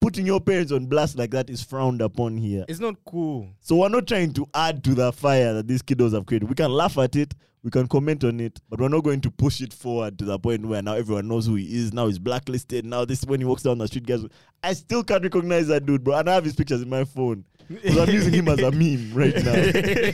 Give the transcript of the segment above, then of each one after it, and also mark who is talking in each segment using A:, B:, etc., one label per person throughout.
A: putting your parents on blast like that is frowned upon here.
B: It's not cool.
A: So we're not trying to add to the fire that these kiddos have created. We can laugh at it, we can comment on it, but we're not going to push it forward to the point where now everyone knows who he is. Now he's blacklisted. Now this when he walks down the street, guys. I still can't recognize that dude, bro. And I have his pictures in my phone. 'Cause I'm using him as a meme right now.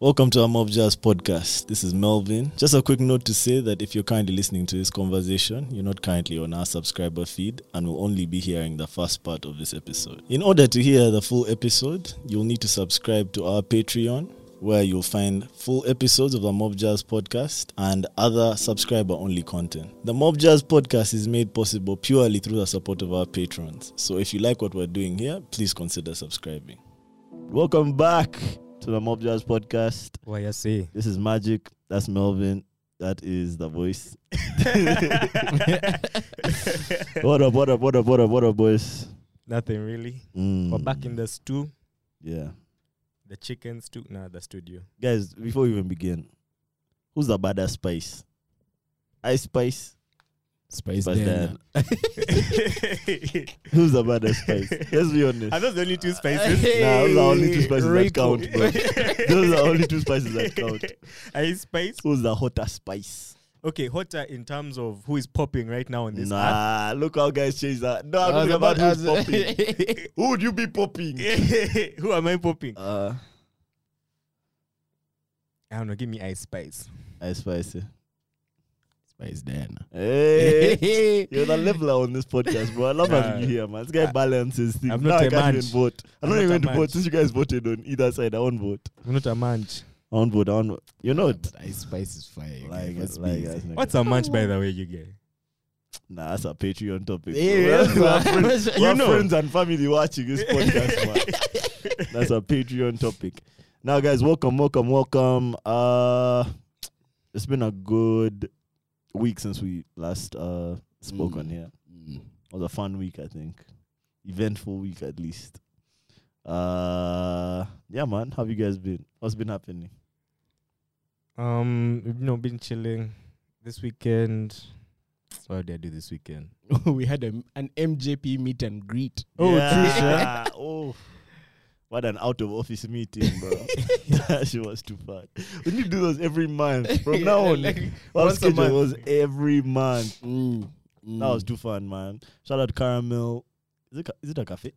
C: Welcome to our Mob Jazz podcast. This is Melvin. Just a quick note to say that if you're currently listening to this conversation, you're not currently on our subscriber feed and will only be hearing the first part of this episode. In order to hear the full episode, you'll need to subscribe to our Patreon. Where you'll find full episodes of the Mob Jazz podcast and other subscriber only content. The Mob Jazz podcast is made possible purely through the support of our patrons. So if you like what we're doing here, please consider subscribing.
A: Welcome back to the Mob Jazz Podcast.
B: Why you say?
A: This is Magic. That's Melvin. That is the voice. what up, what up, what up, what up, what up, boys?
B: Nothing really.
A: Mm,
B: We're back in the stew,
A: Yeah.
B: the chicken stew. Nah, the studio.
A: Guys, before we even begin, who's the badass spice? Ice Spice?
D: Spice
A: Spice
D: Daniel.
B: Are
A: Who's the badass spice? Let's be honest.
B: those the only two spices?
A: Nah, those are only two spices that
D: Rico.
A: count, bro. those are only two spices that count.
B: Are spice?
A: Who's the hotter spice?
B: Okay, hotter in terms of who is popping right now on this earth.
A: Nah, look how guys change that. No,
D: I
A: I'm
D: was
A: talking about
D: about-
A: who's
D: I was-
A: popping. Who would you be popping?
B: who am I popping?
A: Uh,
B: I don't know. Give me ice spice.
A: Ice Spice. eh?
D: Spice Daniel.
A: Hey. You're the leveler on this podcast, bro. I love
B: Nah.
A: having you here, man. This guy balances things.
B: I'm
A: now
B: not
A: I
B: a
A: can't
B: man.
A: even vote. I'm,
B: I'm
A: not
B: not
A: even
B: a
A: going to
B: man.
A: vote since you guys voted on either side. I won't vote.
B: I'm not a munch.
A: I won't vote. I won't vote. You're
D: Yeah,
A: not.
D: but Ice Spice is fire. you guys.
A: Like,
D: Let's
A: us,
D: be
A: like,
D: easy.
A: us, nigga.
B: What's a munch, by the way, you guys?
A: Nah, that's a Patreon topic. bro.
D: Yeah,
A: That's our
D: bro.
A: friends,
D: You
A: our
D: know.
A: friends and family watching this podcast, man. That's a Patreon topic. Now, guys, welcome, welcome, welcome. Uh, it's been a good week since we last uh spoke
D: Mm.
A: on here.
D: Mm.
A: It was a fun week, I think. Eventful week, at least. Uh, yeah, man. How have you guys been? What's been happening?
B: Um, you know, been chilling this weekend. What did I do this weekend?
D: we had a, an MJP meet and greet.
B: Oh,
A: yeah. Oh, what an out of office meeting, bro. that shit was too fun. We need to do those every month. From now on,
D: Like,
A: our
D: once a
A: schedule
D: month.
A: was every month.
D: Mm.
A: That was
D: Mm.
A: too fun, man. Shout out Caramel. Is it, ca- is it a cafe?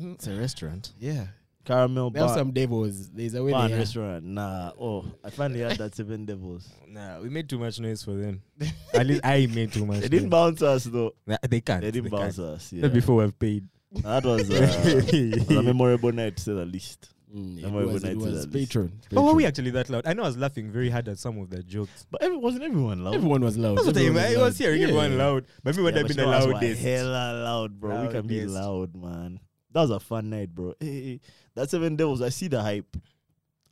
D: Mm.
C: It's a restaurant.
D: Yeah.
A: Caramel
D: There are
A: bar,
D: some devils. There's a way
A: bar and
D: they are.
A: restaurant. Nah. Oh, I finally had that Seven Devils.
B: Nah, we made too much noise for them. At least I made too much.
A: They didn't
B: noise.
A: bounce us though.
B: Nah, they can't.
A: They didn't
B: can't.
A: bounce us. Yeah.
B: Not before we've paid.
A: That was, uh, it was a memorable night to say the least.
D: Mm, it
A: Am I
D: was, it
A: organized to
D: was
A: that list?
D: patron.
B: but were we
D: Patron.
B: actually that loud? I know I was laughing very hard at some of the jokes.
A: But every, wasn't everyone loud?
D: Everyone was loud.
B: Most of the time,
D: Everyone
B: I
D: loud.
B: was hearing everyone
D: Yeah.
B: loud. But me would
A: Yeah,
B: have
A: but
B: been the
A: you know us were
B: loudest.
A: Hella loud, bro. We can be
B: Loudest.
A: loud, man. That was a fun night, bro. Hey, hey, hey. That seven devils. I see the hype.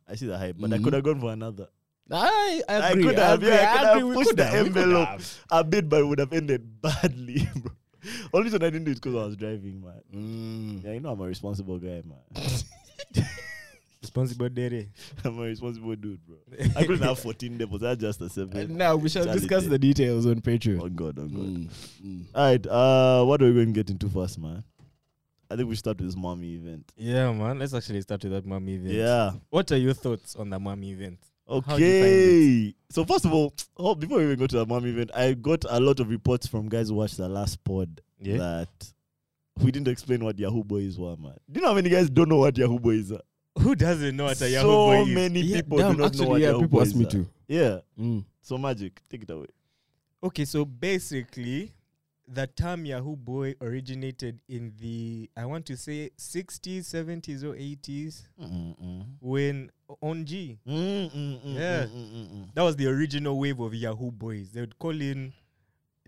A: I see the hype, but I
D: Mhm.
A: could
B: Mm-hmm.
A: have gone for another.
D: I, I
A: I
D: agree.
A: could have,
D: agree,
A: yeah, I could have
D: agree, we
A: pushed
D: could
A: the
D: have, we could
A: envelope.
D: have.
A: I bid, but it would have ended badly, bro. Only reason I didn't do it because I was driving, man.
D: Mm.
A: Yeah, you know I'm a responsible guy, man.
B: Responsible daddy.
A: I'm a responsible dude, bro. I couldn't have 14 devils. That's just a
D: And
A: seven.
D: now we shall
A: Charlie
D: discuss
A: Day.
D: the details on Patreon.
A: Oh God, oh God.
D: Mm, mm.
A: All right, uh, what are we going to get into first, man? I think we start with this mommy event.
B: Yeah, man. Let's actually start with that mom event.
A: Yeah.
B: What are your thoughts on the mom event? How do you find
A: Okay. So first of all, oh, before we even go to the mom event, I got a lot of reports from guys who watched the last pod
B: Yeah.
A: that we didn't explain what Yahoo Boys were, man. Do you know how many guys don't know what Yahoo Boys are?
B: Who doesn't know what a Yahoo
A: so
B: boy is?
A: many
D: Yeah,
A: people
D: damn,
A: do not
D: actually,
A: know what
D: yeah,
A: Yahoo
D: people
A: Boys
D: asked me
A: are.
D: to.
A: Yeah.
D: Mm.
A: So magic, take it away.
B: Okay, so basically, the term Yahoo boy originated in the, I want to say, 60s, 70s, or 80s
A: Mm-mm.
B: when Onji.
A: Mm-mm.
B: Yeah. That was the original wave of Yahoo boys. They would call in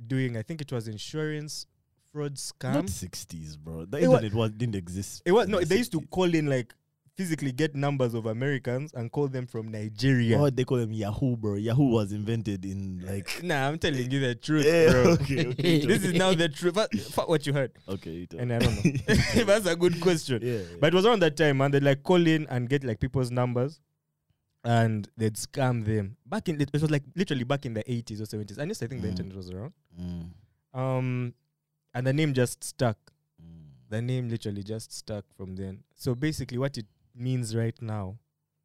B: doing, I think it was insurance fraud scam.
A: Not sixties, bro. The
B: It wa-
A: internet was, didn't exist.
B: it was,
A: in
B: no,
A: the
B: they used to
A: 60s.
B: call in like physically get numbers of Americans and call them from Nigeria.
A: Oh, they call them Yahoo, bro. Yahoo was invented in like.
B: Nah, I'm telling you the truth,
A: Yeah,
B: bro.
A: okay, okay,
B: this is now the truth. Fuck- Fuck what you heard.
A: okay. you tell.
B: And I don't know. That's a good question.
A: yeah, yeah.
B: But it was around that time, man. They'd like call in and get like people's numbers and they'd scam them. Back in, it was like literally back in the 80s or 70s. And yes, I think the
A: Mm.
B: internet was around.
A: Mm,
B: Um, and the name just stuck.
A: mm.
B: The name literally just stuck from then. So basically, what it means right now,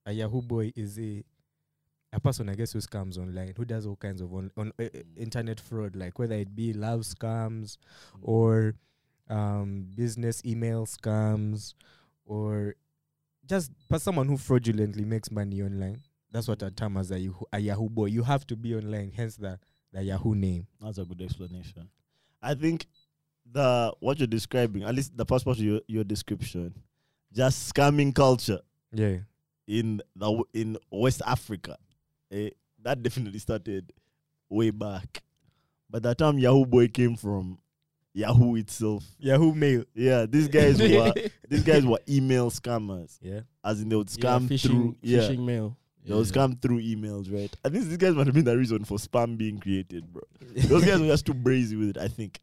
B: a Yahoo boy is a a person, I guess, who scams online, who does all kinds of on, on uh, uh,
A: Mm.
B: internet fraud, like whether it be love scams
A: Mm.
B: or um, business email scams or just per someone who fraudulently makes money online. That's what I term as a Yahoo, a Yahoo boy. You have to be online, hence the, the Yahoo name.
C: That's a good explanation.
A: I think the what you're describing, at least the first part of your, your description, just scamming culture
B: Yeah.
A: in the w- in West Africa, eh, that definitely started way back. By the time Yahoo boy came from Yahoo itself,
B: Yahoo mail.
A: yeah, these guys were these guys were email scammers,
B: Yeah.
A: as in they would
D: Yeah,
A: scam
D: phishing,
A: through, yeah,
D: phishing mail.
A: they would scam through emails, right? I think these guys might have been the reason for spam being created, bro. Those guys were just too brazy with it, I think.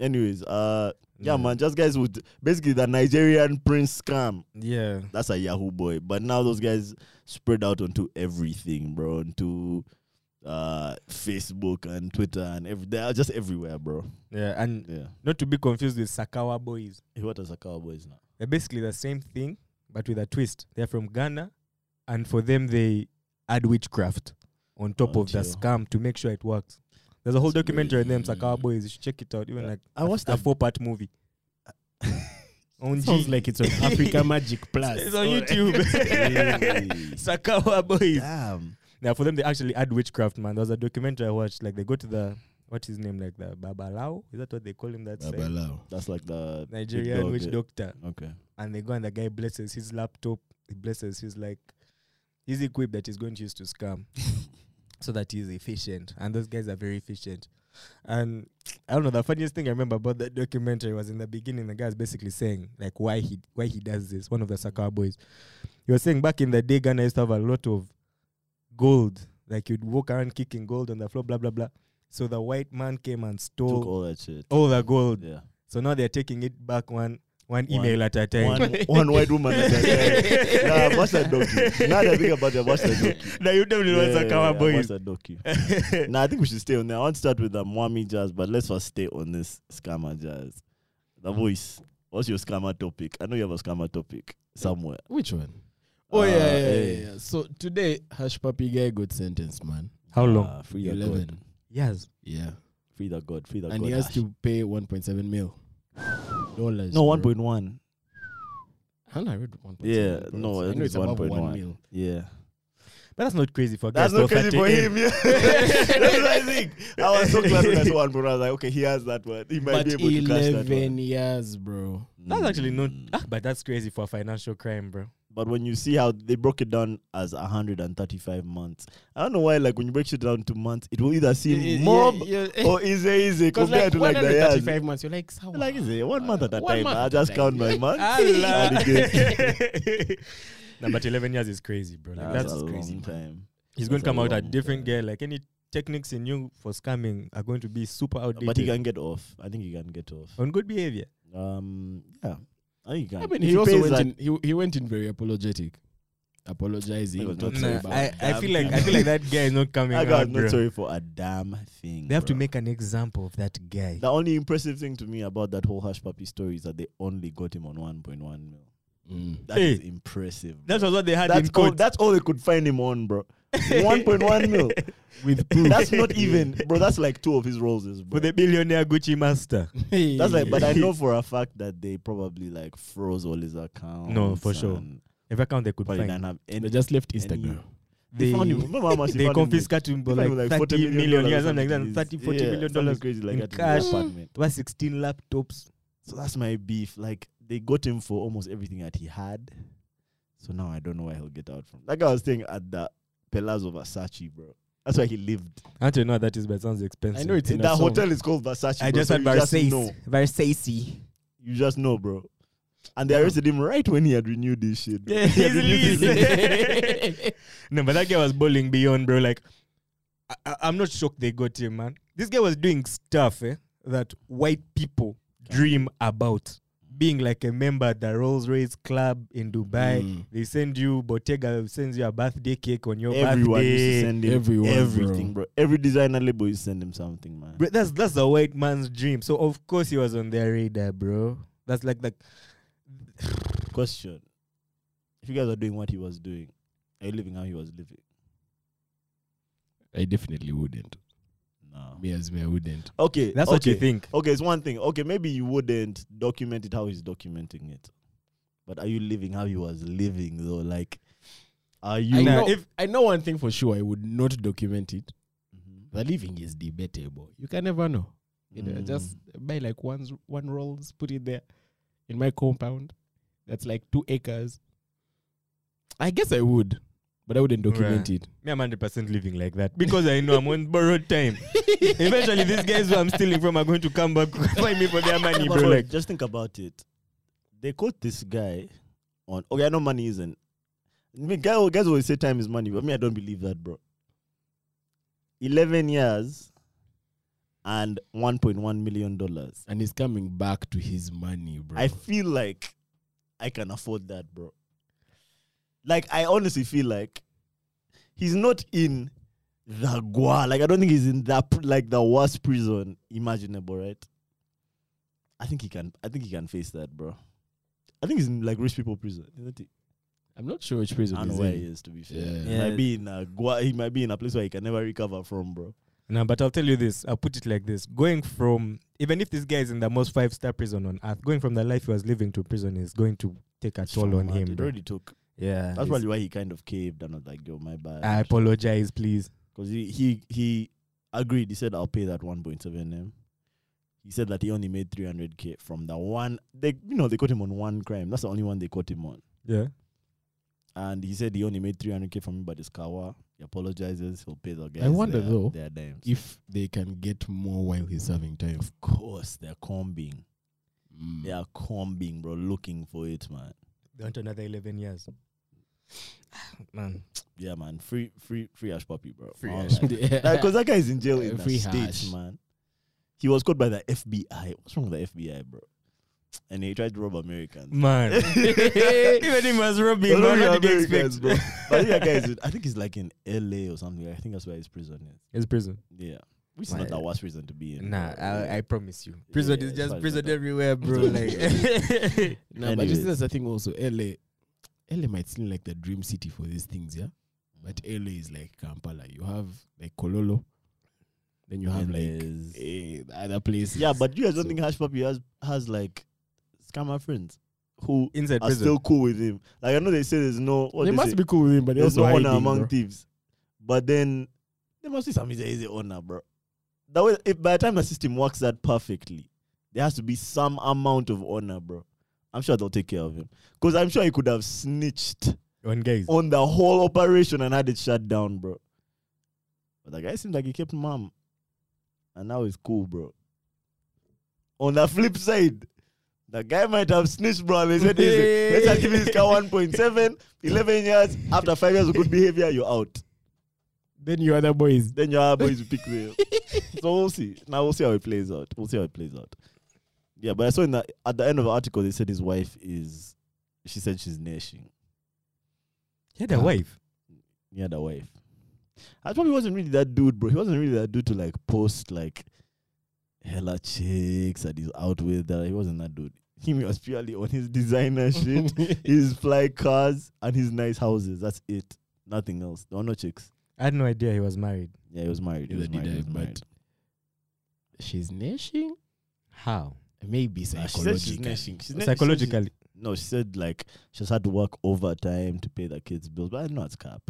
A: Anyways, uh, yeah, man, just guys would basically the Nigerian prince scam.
B: Yeah.
A: That's a Yahoo boy. But now those guys spread out onto everything, bro. Onto uh, Facebook and Twitter and every they are just everywhere, bro.
B: Yeah. And
A: Yeah.
B: not to be confused with Sakawa boys.
A: Hey, what is a cowboys now?
B: They're basically the same thing, but with a twist. They're from Ghana, and for them, they add witchcraft on top of the
A: Until-
B: scam to make sure it works. There's a whole
A: That's
B: documentary on them,
A: crazy.
B: Sakawa boys. You should check it out. Even like
A: I watched
B: a
A: that.
B: four part movie. on
D: Sounds
B: G-
D: like it's on Africa Magic Plus.
B: It's on YouTube. Sakawa boys.
A: Damn.
B: Now for them, they actually add witchcraft, man. There was a documentary I watched. Like they go to the what's his name, like the Babalao. Is that what they call him? That side?
D: Babalao.
A: That's like the big
B: Nigerian
A: dog,
B: witch
A: eh?
B: doctor.
A: Okay.
B: And they go and the guy blesses his laptop. He blesses his like his equip that he's going to use to scam, so that he's efficient. And those guys are very efficient. And I don't know. The funniest thing I remember about that documentary was in the beginning, the guy's basically saying like why he why he does this. One of the Sakawa boys, he was saying back in the day, Ghana used to have a lot of gold. Like you'd walk around kicking gold on the floor, blah blah blah. So the white man came and
A: Took
B: stole
A: all that shit.
B: all the gold.
A: Yeah.
B: So now they're taking it back one one
A: One-
B: email at a time.
A: One, one white woman. at a time. nah, I watched that docu. Now that I think about it, I watched that docu.
B: now you definitely want
A: Yeah,
B: Sakawa
A: yeah, I watched
B: boys.
A: that docu. now I think we should stay on there. I want to start with the Mwami jazz, but let's first stay on this scammer jazz. The
D: Mm.
A: voice. What's your scammer topic? I know you have a scammer topic somewhere.
D: Which one? Oh
A: Uh,
D: yeah, yeah, yeah,
A: eh.
D: yeah, yeah. So today, Hush Puppy guy got sentenced, man.
B: How
A: Uh, free the
D: Eleven.
A: god.
B: Yes.
D: Yeah,
A: Free the god. Free the
D: and
A: god.
D: he has
A: Ash.
D: to pay 1.7 mil dollars.
A: no,
D: bro.
A: one point one.
D: I don't know, I read 1.7.
A: Yeah,
D: bro.
A: no, I
D: I
A: think
D: know
A: it's
D: it's above
A: 1.1.
D: 1 mil.
A: Yeah,
B: But that's not crazy for
A: that's
B: guys.
A: not crazy for him. Yeah. that's what I think. I was so glad when I saw one, but I was like, okay, he has that one. He might
D: But
A: be able to catch that one.
D: 11 years, bro.
B: That's actually not
A: Mm.
B: ah, but that's crazy for a financial crime, bro.
A: But when you see how they broke it down as 135 months, I don't know why. Like when you break it down to months, it will either seem
D: Yeah,
A: more b-
D: yeah, yeah.
A: or easy, easy
D: Because
A: compared
D: like
A: to like the years.
D: 135 months, you're like, "Sawa."
A: Like is it one month at a
D: One
A: time?
D: month
A: I
D: at a
A: just
D: time.
A: count my months. And it gets-
B: no, but eleven years is crazy, bro. Like,
A: that's,
B: that's
A: a
D: crazy,
A: long
D: man.
A: time.
B: he's going
A: that's
B: to
A: a
B: come out a
A: long
B: different
A: time.
B: guy. Like any techniques he knew for scamming are going to be super outdated.
A: But he can get off. I think he can get off.
B: on good behavior.
A: Um, yeah, I think he can.
D: I mean,
A: If
D: he also
A: pays
D: went
A: that-
D: in, he, he went in very apologetic,
A: He
D: apologizing.
A: was
D: not
A: not
D: sorry
A: sorry
D: about
B: I,
D: it.
B: I
A: damn
B: feel like I
A: thing.
B: feel like that guy is not coming
A: I
B: out.
A: got not
B: bro.
A: sorry for a damn thing.
B: They have to
A: bro.
B: make an example of that guy.
A: The only impressive thing to me about that whole hush puppy story is that they only got him on 1.1 mil.
D: Mm.
A: That is
B: Hey.
A: impressive. bro.
B: That was what they had
A: That's
B: in
A: all,
B: court.
A: that's all they could find him on, bro. 1.1 mil.
D: With proof.
A: That's not even, bro. That's like two of his Rolls, bro.
B: for the billionaire Gucci master.
A: that's like, but I know for a fact that they probably like froze all his accounts.
B: No, for sure.
A: and
B: Every account they could
A: Probably
B: find.
A: didn't have any.
D: They just left
A: any-
D: Instagram.
A: They, found him. Remember how much
B: they
A: found him with?
B: confiscate him
A: They
B: for
A: found
B: like
A: him
B: 30
A: $40
B: million,
A: or
B: yeah,
A: something
B: something like
A: it is.
B: that. 30, 40
A: Yeah,
B: million
A: something
B: dollars.
A: crazy like
B: in
A: that in
B: cash.
A: the apartment.
B: It was 16 laptops.
A: So that's my beef. Like they got him for almost everything that he had. So now I don't know where he'll get out from. That guy was staying at the Palazzo Versace, bro. That's where he lived.
B: I don't know what that is, but it sounds expensive.
D: I know it's in
A: that
D: a song.
A: hotel is called Versace.
B: I
A: bro,
B: just
A: so
B: had
A: you just know.
B: Versace. Versace.
A: You just know, bro. And they arrested him right when he had renewed his shit. bro.
B: Yeah,
A: He had
B: his
A: renewed his
B: lease.
A: lease.
B: No, but that guy was bowling beyond, bro. Like, I, I, I'm not shocked they got him, man. This guy was doing stuff eh, that white people dream about. Being like a member at the Rolls Royce Club in Dubai.
D: Mm.
B: They send you, Bottega sends you a birthday cake on your
A: Everyone used to
B: birthday.
A: send him
D: Everyone, bro.
A: everything, bro. Every designer label used to send him something, man.
B: Bro, that's that's a white man's dream. So of course he was on their radar, bro. That's like like
A: Question: If you guys are doing what he was doing, are you living how he was living?
D: I definitely wouldn't.
A: No.
D: Me as me, I wouldn't.
A: Okay,
B: that's what you
A: okay.
B: think.
A: Okay, it's one thing. Okay, maybe you wouldn't document it how he's documenting it, but are you living how he was living though? Like, are you?
D: I
B: Nah,
D: know,
B: if-
D: I know one thing for sure. I would not document it.
A: Mhm.
D: The living is debatable. You can never know. You know,
A: Mm.
D: just buy like one one rolls, put it there in my compound. That's like two acres. I guess I would, but I wouldn't document
B: Right.
D: it.
B: Me, I'm hundred percent living like that because I know I'm on borrowed time. Eventually, these guys who I'm stealing from are going to come back find me for their money,
A: But
B: bro.
A: sorry,
B: Like,
A: just think about it. They caught this guy on. Okay, I know money isn't. Me, guy, guys always say time is money, but me, I don't believe that, bro. Eleven years and one point one million dollars.
D: And he's coming back to his money, bro.
B: Mm.
A: I feel like I can afford that, bro. Like I honestly feel like he's not in the gua. Like I don't think he's in that pr- like the worst prison imaginable, right? I think he can. I think he can face that, bro. I think he's in like rich people prison. Isn't he?
D: I'm not sure which
A: I
D: prison
A: don't know
D: he's
A: where he
D: in.
A: is. To be fair,
D: Yeah.
A: he
B: Yeah.
A: might be in a gua. He might be in a place where he can never recover from, bro.
B: no, but I'll tell you this. I'll put it like this: going from even if this guy is in the most five star prison on earth, going from the life he was living to prison is going to take a toll on
A: Mad.
B: him.
A: It
B: Bro.
A: already took.
B: Yeah,
A: That's probably why he kind of caved and was like, "Yo, my bad."
B: I apologize, please.
A: because he, he he agreed. He said, "I'll pay that 1.7 m." He said that he only made 300k from that one. They you know they caught him on one crime. That's the only one they caught him on.
B: Yeah,
A: And he said he only made 300k from it, but it's Kawa. He apologizes. He'll pay the guys.
D: wonder
A: their,
D: though,
A: their dimes.
D: If they can get more while he's serving time.
A: of course, they're combing.
D: Mm.
A: They are combing, bro. Looking for it, man.
B: they want another eleven years. Man,
A: Yeah, man. Free free free ash puppy, bro.
B: Free
D: Oh.
A: All
B: Ash
A: right. Because that guy is in jail in
D: Uh,
A: the
D: free
A: States,
D: hash.
A: man. He was caught by the FBI. What's wrong with the FBI, bro? And he tried to rob Americans.
B: man. even him was robbing. Man,
A: Robbing
B: what did you
A: Americans,
B: expect?
A: bro. But I think that guy is, in- I think he's like in LA or something. I think that's where his prison is.
B: It's prison.
A: Yeah. Which is
B: Why-
A: not the worst prison to be in.
B: Nah,
A: bro.
B: I, I promise you. Prison
A: Yeah,
B: is
A: it's
B: just
A: fine,
B: prison
A: but-
B: everywhere, bro. like,
D: No, but
A: Anyways.
D: this is the thing also. LA, LA might seem like the dream city for these things, yeah. But LA is like Kampala. You have like Kololo, then you have like
A: Anyways.
D: eh, the other places.
A: Yeah, but you guys don't
D: So-
A: think Hash Puppy has, has like scammer friends who
B: inside
A: are
B: prison.
A: still cool with him. Like, I know they say there's no. What
D: they
A: they
D: must
A: say,
D: be cool with him, but they
A: There's
D: also
A: no honor
D: hiding,
A: among
D: bro.
A: thieves. But then there must be some easy, easy honor, bro. That way, if by the time the system works out perfectly, there has to be some amount of honor, bro. I'm sure they'll take care of him. Because I'm sure he could have snitched
B: on guys.
A: on the whole operation and had it shut down, bro. But the guy seems like he kept mum. And now he's cool, bro. On the flip side, the guy might have snitched, bro. and They said, "Easy, let's just give this guy 1.7, 11 years. After five years of good behavior, you're out.
D: Then you other boys.
A: Then your other boys will pick the. so we'll see. Now we'll see how it plays out. We'll see how it plays out. Yeah, but I saw in the at the end of the article they said his wife is, she said she's nashing.
B: He had a wife.
A: He had a wife. I probably wasn't really that dude, bro. He wasn't really that dude to like post like hella chicks that he's out with. That he wasn't that dude. Him he was purely on his designer shit, his fly cars, and his nice houses. That's it. Nothing else. There were no chicks.
B: I had no idea he was married.
A: Yeah, he was married. He
D: Neither
A: was
D: did
A: married.
D: I,
A: He was
D: but
A: married.
D: She's nashing.
B: How?
D: Maybe
A: Nah, she
D: psychologically.
A: said she's nashing. She's na- she said she's-
B: Psychologically.
A: No, she said like she's had to work overtime to pay the kids' bills, but I know it's cap.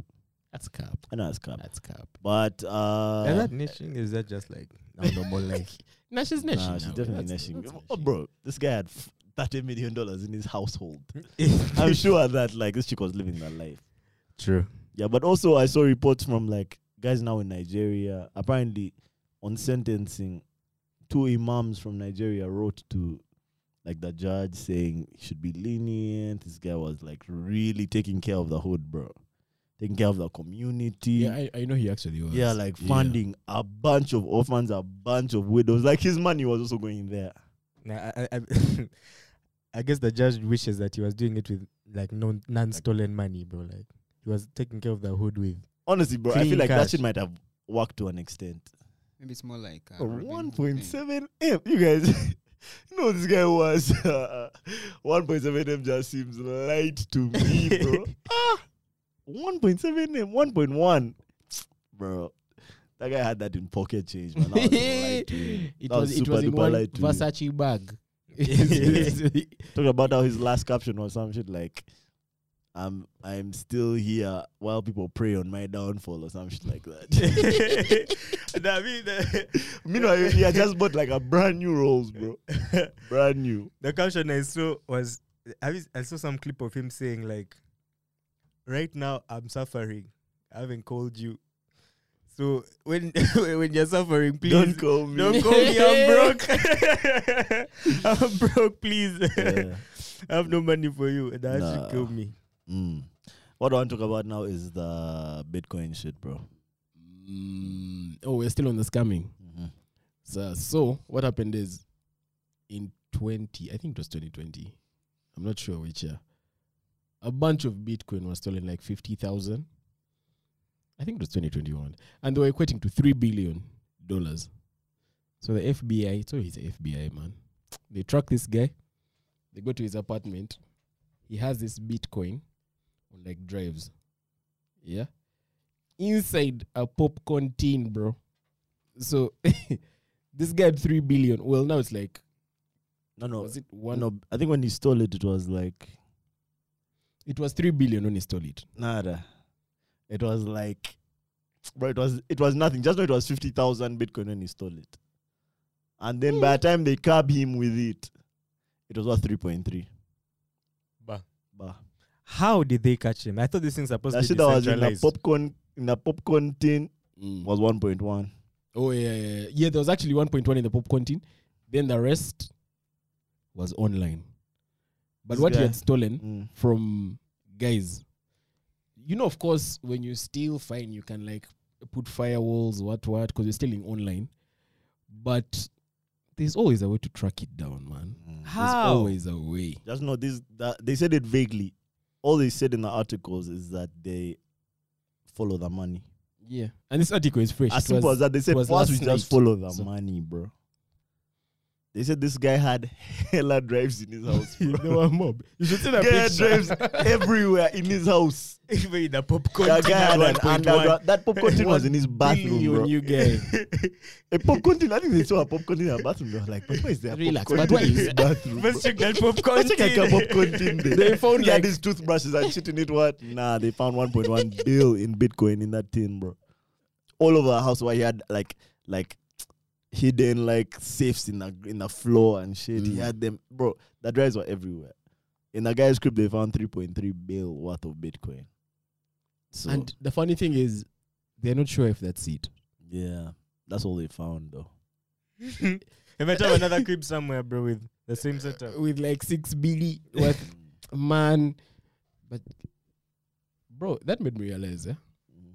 D: That's cap.
A: I know it's cap.
D: That's cap.
A: But uh,
B: is that niching? Is that just like normal like?
D: Nah, she's
A: nah,
D: nashing.
A: she's
D: now.
A: definitely
D: That's-
A: nashing.
D: that's
A: Oh,
D: nashing.
A: bro, this guy had f- thirty million dollars in his household. I'm sure that like this chick was living that life.
B: True.
A: Yeah, but also I saw reports from like guys now in Nigeria. Apparently, on sentencing, two imams from Nigeria wrote to like the judge saying he should be lenient. This guy was like really taking care of the hood, bro, taking care of the community.
D: Yeah, I, I know he actually was.
A: Yeah, like funding a bunch of orphans, a bunch of widows. Like his money was also going there.
B: Nah, I, I, I, I guess the judge wishes that he was doing it with like non non stolen money, bro. Like he was taking care of the hood with.
A: Honestly, bro, I
B: Clean
A: feel like that
B: cash.
A: shit might have worked to an extent. Oh,
E: Maybe it's more like uh,
A: Or
E: Robin Hood thing.
A: 1.7 M. You guys, You know, this guy was 1.7 M just seems light to me, bro. ah, 1.7 M, 1.1, bro. That guy had that in pocket change, man. That was light to him.
D: it
A: That was
D: was it
A: super
D: was in
A: duper
D: one
A: light to me.
D: Versace bag.
A: Talk about how his last caption was some shit like, "I'm I'm still here while people pray on my downfall" or some shit like that.
B: Nah, me, the,
A: Meanwhile, he had just bought like a brand new Rolls, bro. Brand new.
B: the caption I saw was I, was- I saw some clip of him saying like, "Right now I'm suffering. I haven't called you. So when when you're suffering, please
A: Don't call me.
B: Don't call me. I'm broke. I'm broke. Please,
A: Yeah.
B: I have no money for you. And that
A: Nah.
B: should kill me.
A: Mm. What I want to talk about now is the Bitcoin shit, bro.
D: Mm, oh, we're still on the scamming.
A: Mhm.
D: So, so what happened is in 20, I think it was 2020, I'm not sure which year, a bunch of Bitcoin was stolen, like 50,000. I think it was 2021. And they were equating to $3 billion. So the FBI, it's always the FBI, man. They track this guy, they go to his apartment. He has this Bitcoin on like drives. Yeah. Inside a popcorn tin, bro. So this guy had three billion. Well, now it's like
A: No, no,
D: was it
A: no,
D: one?
A: no. I think when he stole it, it was like
D: It was three billion when he stole it.
A: nada. It was like, bro. It was it was nothing. Just know it was fifty thousand Bitcoin when he stole it, and then
B: Hmm.
A: by the time they cab him with it, it was worth three point three.
B: Bah.
A: Bah.
B: How did they catch him? I thought this thing's supposed
A: That
B: to
A: shit
B: be
A: that was in a
B: decentralized.
A: popcorn in a popcorn tin was one point one.
D: Oh yeah, yeah, yeah. Yeah, There was actually one point one in the popcorn tin. Then the rest was online. But
A: This
D: what
A: guy. Mm.
D: he had stolen
A: Hmm.
B: Hmm.
D: from guys, you know, of course, when you steal, fine, you can like put firewalls, what, what, because you're stealing online. But there's always a way to track it down, man. There's
B: How?
D: always a way.
A: Hmm. Just know this. That they said it vaguely. All they said in the articles is that they follow the money.
D: Yeah. And this article is fresh.
A: As
D: It
A: simple
D: was-
A: as that. They said
D: it was
A: first we
D: last
A: just
D: night.
A: follow the
D: So-
A: money, bro. They said this guy had hella drives in his house.
D: you know a mob. You should see that
A: Guy
D: picture.
A: drives everywhere in his house.
B: Even in a popcorn.
A: That
B: tin
A: guy
B: at
A: had an
B: 1.1.
A: underground. That popcorn tin was in his bathroom,
D: Billion,
A: bro.
D: you guy.
A: A popcorn tin. I think they saw a popcorn tin in her bathroom. They were like, "Papa, is there a
D: Relax,
A: popcorn
D: but why
A: tin in
D: is-
A: his bathroom?" bro?"
B: Let's check that popcorn.
A: Check a
B: tin.
A: cup of content there.
D: They found
A: he had
D: like-
A: his toothbrushes and shit in it. What? Nah, they found 1.1 bill in Bitcoin in that tin, bro. All over the house where he had like like hidden like safes in the in the floor and shit. He
D: Mm.
A: had them, bro. The drives were everywhere. In the guy's crib, they found 3.3 bill worth of Bitcoin. So
D: And the funny thing is, they're not sure if that's it.
A: yeah, that's all they found though.
B: If I have another crib somewhere, bro, with the same setup.
D: With like six billion worth, man. But, bro, that made me realize, yeah,
A: Mm.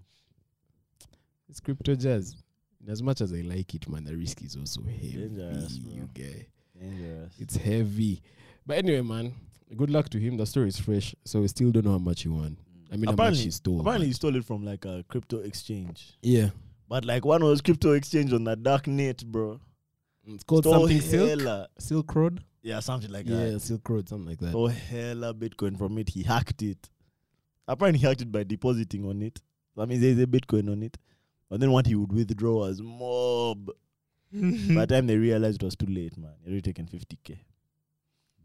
D: it's crypto jazz. And as much as I like it, man, the risk is also heavy.
A: Dangerous, bro.
D: you guy.
A: Dangerous.
D: It's heavy. But anyway, man, good luck to him. The story is fresh, so we still don't know how much he won. I mean, how much
A: Apparently-
D: he stole.
A: Apparently, he
D: man.
A: stole it from like a crypto exchange.
D: yeah.
A: But like one was crypto exchange on the dark net, bro.
D: It's called
A: Stole
D: something silk.
A: hella-
D: Silk Road.
A: Yeah, something like
D: yeah,
A: that.
D: Silk Road, something like that.
A: Stole hella Bitcoin from it. He hacked it. Apparently, he hacked it by depositing on it. That means there's a Bitcoin on it. But then what he would withdraw was mob. by the
D: Mm.
A: time they realized it was too late, man. He already taken 50k.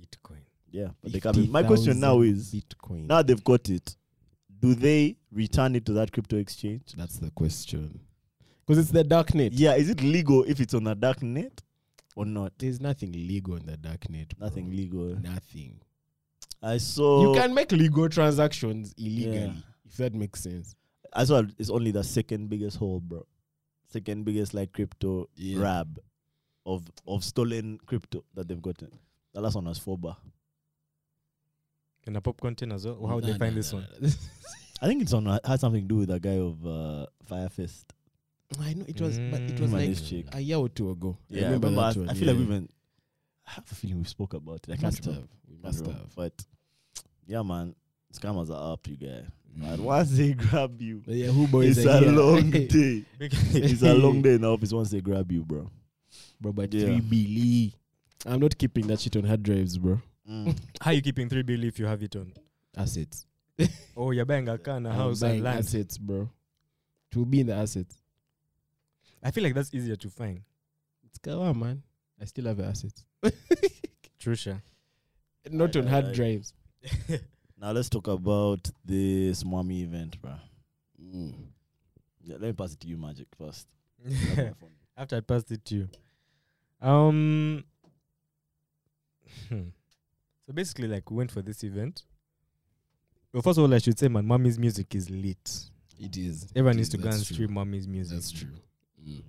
B: Bitcoin.
A: Yeah, but they can't. My question now
D: 50,000
A: is:
D: Bitcoin.
A: Now they've got it, do they return it to that crypto exchange?
D: That's the question. Because it's the dark net.
A: Yeah, is it legal if it's on a dark net or not?
D: There's nothing legal in the dark net. bro.
A: Nothing legal.
D: Nothing.
A: I saw.
D: you can make legal transactions illegally,
A: Yeah.
D: if that makes sense.
A: as well it's only the second biggest hole, bro. Second biggest like crypto
D: Yeah.
A: rab of of stolen crypto that they've gotten. The last one was four bar.
B: In a popcorn tin as well. Or How would they
D: Nah,
B: find
D: nah,
B: this
D: nah,
B: one?
D: nah.
A: I think it's on had something to do with that guy of uh, Firefist.
D: I know it was, but it
B: Mm.
D: was
A: Him and
D: like
A: his chick.
D: a year or two ago. I
A: Yeah, I
D: remember
A: remember. I,
D: that one,
A: I feel
D: yeah.
A: like we even I have a feeling we spoke about it. I can't
D: must
A: remember.
D: have. We
A: Can't
D: must
A: remember.
D: have.
A: But yeah, man, scammers are up, you guy. But once they grab you,
D: But yeah, who Mm. boys
A: it's
D: are
A: a
D: here.
A: long day.
B: Big-
A: It's a long day in the office once they grab you, bro.
D: bro. But
A: Yeah.
D: three billy. I'm not keeping that shit on hard drives, bro.
A: Mm.
B: How you keeping three billion if you have it on?
D: Assets.
B: Oh, you're buying a car and a
D: I'm
B: house
D: buying
B: and land.
D: assets, bro. It will be in the assets.
B: I feel like that's easier to find.
D: It's Kawa, man. I still have the assets.
B: Trusha.
D: Not
A: I-
D: on
A: I-
D: hard
A: I-
D: drives.
A: Now let's talk about this Mwami event, bro. Yeah, let me pass it to you, Magic, first. Grab my phone.
B: After I passed it to you. Um. hmm. so basically, like, we went for this event. Well, first of all, I should say, man, mommy's music is lit.
D: It is.
B: Everyone
D: It
B: needs
D: is,
B: to go and
D: that's true.
B: stream mommy's music.
D: That's true.
A: Mhm.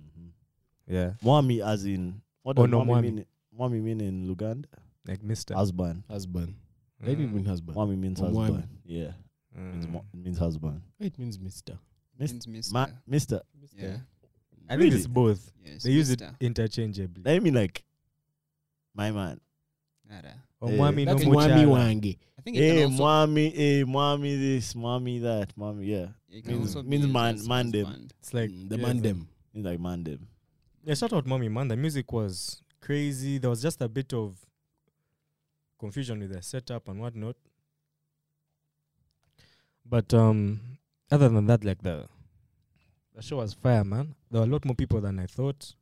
B: Yeah.
A: Mwami, as in what
B: Oh,
A: does
B: no,
A: Mwami,
B: Mwami.
A: mean? Mwami mean in Luganda?
B: Like, Mr.
A: Husband.
D: Husband. Mm. It even husband.
A: Mwami means
D: Mwami.
A: husband. Yeah, means,
B: Mm.
A: mo- means husband.
D: It means mister.
A: Mis-
E: Means Mr.
A: Ma- Mister.
E: yeah.
B: I think
A: Really?
B: it's both.
E: Yes.
B: They use it
E: Mr.
B: interchangeably.
A: I mean, like, my man.
E: Nada.
B: Or
A: Eh,
B: Mwami no
D: That's Mwami
B: Muchala.
D: Wange.
E: I think it
A: Hey,
E: can also,
A: Mwami, hey, Mwami this, Mwami that, Mwami, yeah.
E: it can
A: means-
E: also be
A: means
E: used
A: man-
E: as
A: man them.
E: husband.
B: It's like
D: Mm, the
B: yeah,
D: man
B: it's like-
D: them.
A: It's like man them.
B: Yeah, shout out mommy, man. The music was crazy. There was just a bit of confusion with the setup and whatnot. But um other than that, like the the show was fire, man. There were a lot more people than I thought.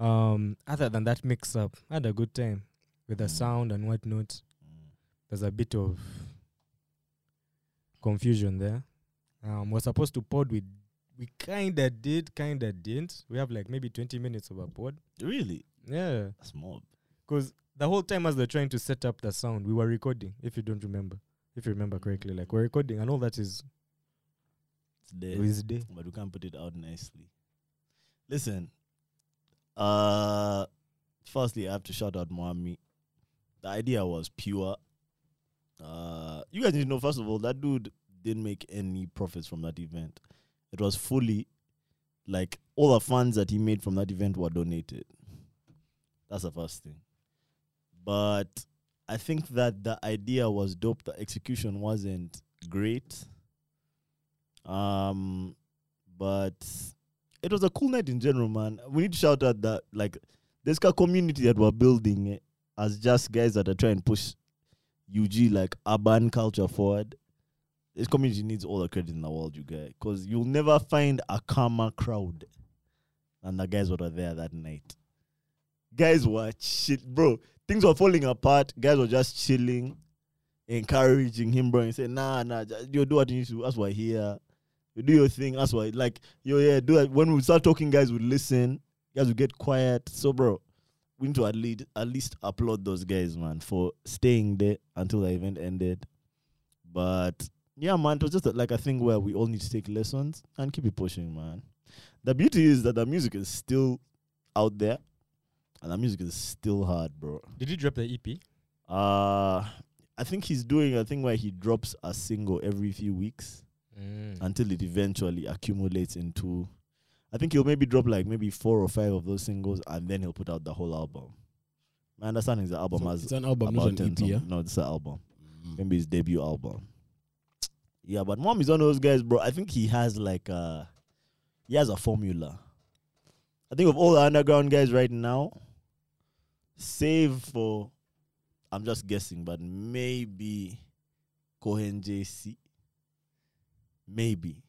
B: Um other than that mix up, I had a good time with the
A: Mm.
B: sound and whatnot. There's a bit of confusion there. Um we're supposed to pod with we kinda did, kinda didn't. We have like maybe twenty minutes of a pod.
A: Really?
B: Yeah,
A: That's mob.
B: because the whole time as they're trying to set up the sound, we were recording. If you don't remember, if you remember correctly, like we're recording, and all that is
A: Oh, It's there.
B: is day.
A: but we can't put it out nicely. Listen, uh, firstly, I have to shout out Mwami. The idea was pure. Uh, you guys need to know, first of all, that dude didn't make any profits from that event. It was fully, like, all the funds that he made from that event were donated. That's the first thing. But I think that the idea was dope. The execution wasn't great. Um, but it was a cool night in general, man. We need to shout out that like this ka- community that we're building eh, as just guys that are trying to push UG like urban culture forward. This community needs all the credit in the world, you guys, because you'll never find a calmer crowd than the guys that were there that night. Guys were shit, bro. Things were falling apart. Guys were just chilling, encouraging him, bro, and say, "Nah, nah, ju- you do what you need to. do. That's why here." you do your thing. That's why, like, yo, yeah, do that. When we start talking, guys would listen. Guys would get quiet. So, bro, we need to at least at least applaud those guys, man, for staying there until the event ended. But yeah, man, it was just like a thing where we all need to take lessons and keep it pushing, man. The beauty is that the music is still out there, and the music is still hard, bro.
B: Did you drop the E EP?
A: Uh, I think he's doing a thing where he drops a single every few weeks
B: Mm.
A: until it eventually accumulates into I think he'll maybe drop like maybe four or five of those singles and then he'll put out the whole album. My understanding is the album
D: So
A: has
D: It's an album,
A: about
D: not
A: 10
D: an EP. E Yeah?
A: some- No, it's an album. Maybe his debut album. Yeah, but Mom is one of those guys, bro. I think he has like a he has a formula. I think of all the underground guys right now, save for I'm just guessing, but maybe Cohen JC. Maybe.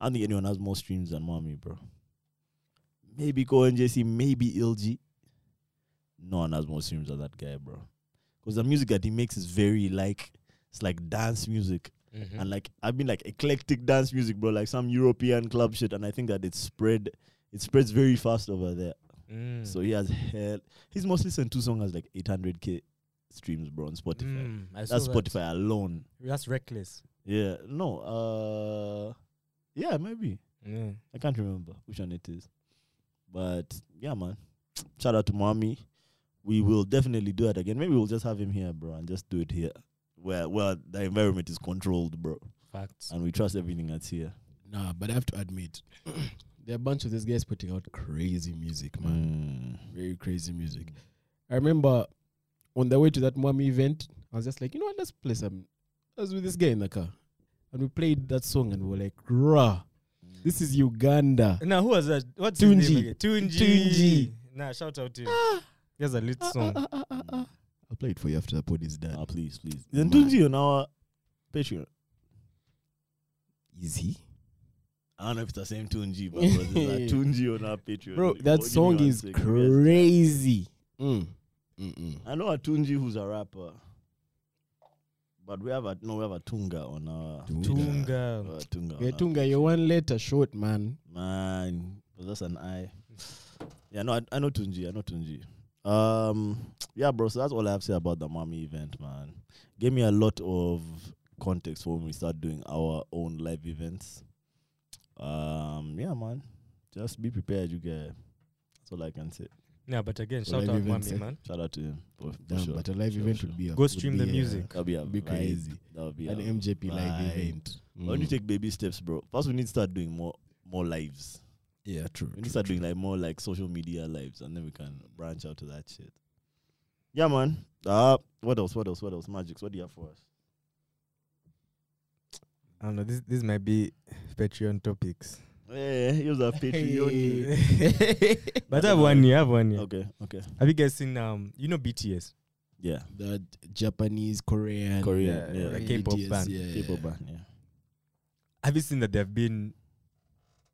A: I don't think anyone has more streams than Mommy, bro. Maybe Cohen JC, maybe LG. No one has more streams than that guy, bro. Because the music that he makes is very like it's like dance music.
B: Mm.
A: And like I've been like eclectic dance music, bro, like some European club shit. And I think that it's spread it spreads very fast over there.
B: Mm.
A: So he has hell his most listened to song has like eight hundred K streams, bro, on Spotify.
B: Mm, I
A: That's
B: saw that.
A: Spotify alone.
B: That's reckless.
A: Yeah. No, uh yeah, maybe.
B: Yeah.
A: I can't remember which one it is. But yeah, man. Shout out to mommy. We will definitely do it again. Maybe we'll just have him here, bro, and just do it here. Where where the environment is controlled, bro.
B: Facts.
A: And we trust everything that's here.
D: Nah, but I have to admit, there are a bunch of these guys putting out crazy music, man.
A: Mm.
D: very crazy music. I remember on the way to that Mwami event, I was just like, you know what, let's play some. I was with this guy in the car, and we played that song, and we were like, rah, this is Uganda.
A: Uh,
B: Now who was that? What's his name
D: Tunji.
B: again? Tunji.
D: Tunji.
B: Nah, shout out to him. Here's a
A: Uh,
B: little song.
D: I'll play it for you after the pod is done.
C: Ah, please, please.
A: Then Tunji on our Patreon.
D: Is he?
C: I don't know if it's the same Tunji, but
A: Brothers, like, Tunji on our Patreon.
D: Bro,
A: Give me
D: that
A: one
D: song is
A: second, guys.
D: crazy. Mm. Mm-mm.
A: I know a Tunji who's a rapper, but we have a no, we have a Tunga on our
D: Tunga.
A: We
B: Tunga.
A: have a Tunga. on
D: Yeah,
A: our-
D: Tunga, you're one letter short, man.
A: Man, but that's an eye. Yeah, no, I, I know Tunji. I know Tunji. Um, yeah, bro. So that's all I have to say about the mommy event, man. Gave me a lot of context for when we start doing our own live events. Um, yeah, man. Just be prepared, you guys. That's all I can say.
B: Yeah, but again,
D: Well,
B: shout out
D: I've even
B: Mami,
D: said-
B: man.
A: Shout out to him for, for
D: Damn,
A: sure.
D: but a live
A: Sure,
D: event
A: sure.
D: would be a
B: Go
D: would
B: stream
D: be
B: the
D: a-
B: music.
A: That'll be a
D: be
A: vibe.
D: crazy.
A: That'll be
D: An
A: a
D: MJP live
A: vibe.
D: event. Mm.
A: But When you take baby steps, bro. First, we need to start doing more more lives.
D: yeah, true.
A: We need to start doing like more like social media lives, and then we can branch out to that shit. Yeah, man. Uh what else? What else? What else? Magics. What do you have for us?
B: I don't know. This this might be Patreon topics.
A: Yeah, here's Eh, a Patreon.
B: but I have one year. I have one year.
A: Okay, okay.
B: Have you guys seen um? You know BTS.
A: Yeah,
D: the Japanese, Korean,
A: Korean, yeah.
B: Like K-pop
D: BTS,
B: band.
D: Yeah,
A: K-pop band. Yeah,
B: Have you seen that they've been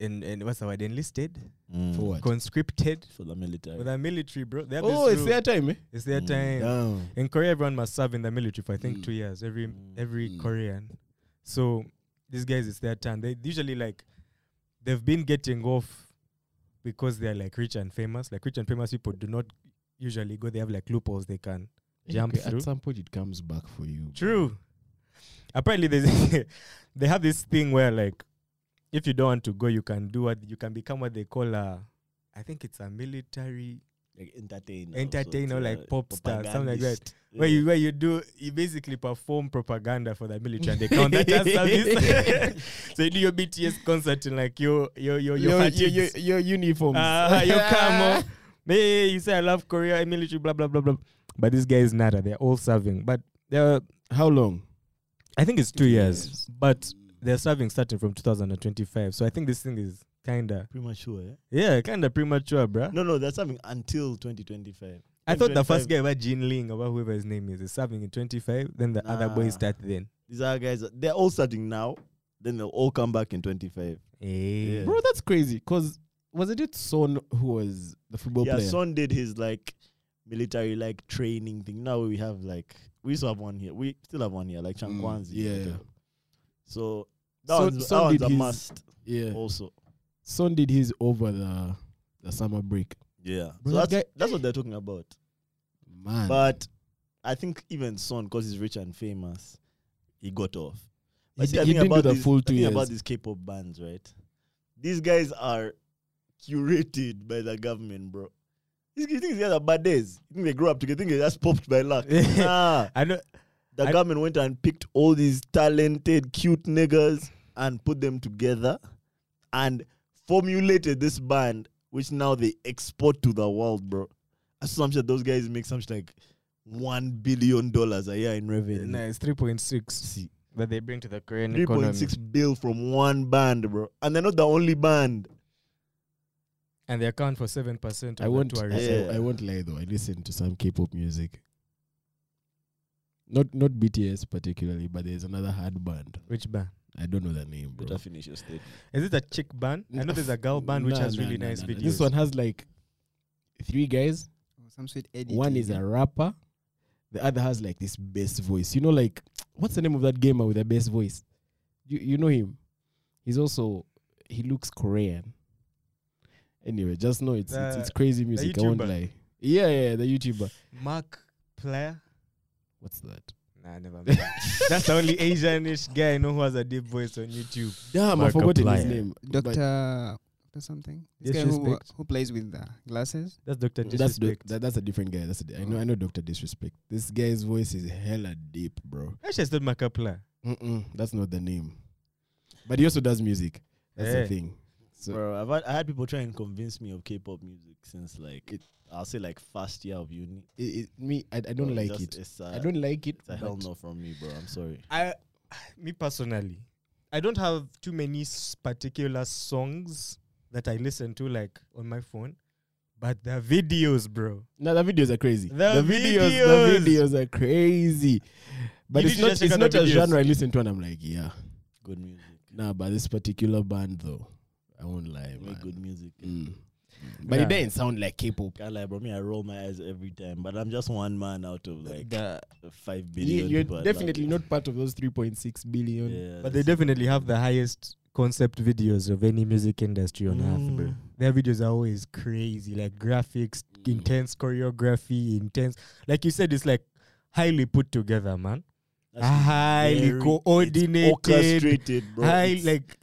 B: in in what's the word enlisted,
A: Mm.
D: For what?
B: conscripted
A: for the military.
B: for the military, bro? They have
D: Oh,
B: this
D: it's
B: rule.
D: their time, eh?
B: It's their
A: Mm.
B: time.
D: Damn.
B: In Korea, everyone must serve in the military for I think
D: Mm.
B: two years. Every
A: Mm.
B: every
D: Mm.
B: Korean. So these guys, it's their turn. They usually like they've been getting off because they're like rich and famous. Like rich and famous people do not usually go. They have like loopholes they can. Jump
D: Okay,
B: through.
D: At some point, it comes back for you.
B: True. Apparently, there's they have this thing where like, if you don't want to go, you can do what you can become what they call a, I think it's a military
A: like entertainer,
B: entertainer,
A: sort of,
B: like pop star, something like
A: uh,
B: that.
A: propagandist.
B: Where you where you do you basically perform propaganda for the military and they count that as service. so you do your BTS concert in like your your your your,
D: Your, your,
B: fatigues.
D: your, your uniforms.
B: Ah, you come, oh. Hey, you say I love Korea, military, blah blah blah blah. But these guys nada, they're all serving. But they're
D: How long?
B: I think it's two,
D: Two
B: years,
D: years.
B: but they're serving starting from 2025. So I think this thing is kinda
A: Premature. Eh?
B: yeah, kinda premature, bruh.
A: No, no, that's something until 2025.
B: I thought the
A: 2025.
B: first guy about Jin Ling or whoever his name is is serving in 25. Then the other boys
A: Nah.
B: start then.
A: These are guys. They're all starting now. Then they'll all come back in 25.
B: Eh.
A: Yeah.
D: Bro, that's crazy. Because wasn't it Son who was the football
A: yeah,
D: player?
A: Son did his like military like training thing. Now we have like we used to have one here. We still have one here, like
D: Mm,
A: Chankwanzi.
D: yeah.
A: whatever. So that
D: Son-
A: one's,
D: Son
A: that one's
D: did
A: a
D: his-
A: must
D: yeah.
A: also.
D: Son did his over the, the summer break.
A: Yeah. so
D: Bro, that
A: that's
D: guy-
A: that's what they're talking about.
D: Man.
A: But I think even Son, because he's rich and famous, he got off.
D: he,
A: But
D: d-
A: see, I
D: he
A: think
D: didn't do
A: about
D: the
A: these-
D: full
A: I
D: two
A: think
D: years.
A: about these K-pop bands, right? These guys are curated by the government, bro. These guys- You think these guys are bad days? You think they grew up together? You think they just popped by luck? nah.
B: I know
A: The
B: I-
A: government went and picked all these talented, cute niggas and put them together and formulated this band, which now they export to the world, bro. I saw some shit, those guys make some shit like one billion dollars a year in revenue.
B: no, it's 3.6 that they bring to the Korean
A: Three
B: economy.
A: point six bill from one band, bro. And they're not the only band.
B: And they account for 7% of
D: I
B: the
D: won't. I,
B: tourism.
A: Yeah.
D: I, I won't lie though. I listen to some K-pop music. Not not BTS particularly, but there's another hard band.
B: Which band?
D: I don't know the name, bro.
A: finish your statement.
B: Is it a chick band? I know there's a girl band which
D: Nah,
B: has
D: nah,
B: really
D: nah,
B: nice
D: nah, nah.
B: videos.
D: This one has like three guys.
E: Oh, Some sweet edit.
D: One is a rapper. The other has like this bass voice. You know, like what's the name of that gamer with the bass voice? You you know him. He's also he looks Korean. Anyway, just know it's it's,
B: The-
D: it's crazy music. I won't
B: YouTuber.
D: lie. Yeah, yeah, the YouTuber.
B: Mark Player.
D: What's that?
B: Nah, never mind. That's the only Asianish guy I know who has a deep voice on YouTube.
D: Damn, I've
B: Markiplier.
D: forgotten his name. but
E: Doctor Doctor something. This
D: Yes,
E: guy who,
D: respect.
E: who plays with uh, glasses.
B: That's Dr.
D: That's doc-
B: Disrespect.
D: that, that's a different guy. That's a di- I know. I know. Doctor Disrespect. This guy's voice is hella deep, bro.
B: Actually, it's not Mark Player.
D: Mm-mm, that's not the name. But he also does music. That's
B: Yeah.
D: the thing. So
A: Bro, I've had, I had people try and convince me of K-pop music since like
D: It-
A: I'll say like first year of uni.
D: it, it, me, I, I don't
A: Bro,
D: like
A: just-
D: it.
A: It's
D: I
A: a,
D: don't like it.
A: it's a hell
D: but
A: no from me, bro. I'm sorry.
B: I, me personally, I don't have too many s- particular songs that I listen to like on my phone, But the videos, bro.
D: No, the videos are crazy.
B: The
D: the videos are crazy. But
B: You
D: it's
B: need to
D: not
B: just check
D: it's
B: out the
D: not a
B: videos.
D: genre I listen to and I'm like, yeah.
A: Good music.
D: Nah, but this particular band though, I won't lie,
A: They
D: man.
A: Make good music.
D: Mm. But
B: Nah.
D: it didn't sound like K-pop.
A: Can't lie, bro. Me, I roll my eyes every time, but I'm just one man out of like
B: The-
A: five
D: You,
A: billion.
D: you're
A: but, like,
D: definitely not part of those 3.6 billion.
A: Yeah,
B: but they definitely have the highest concept videos of any music industry on earth, bro.
A: Mm.
B: Their videos are always crazy, like graphics, intense choreography, intense. Like you said, it's like highly put together, man.
A: That's
B: highly
A: very- it's
B: coordinated,
F: orchestrated, bro.
B: High,
F: It's-
B: like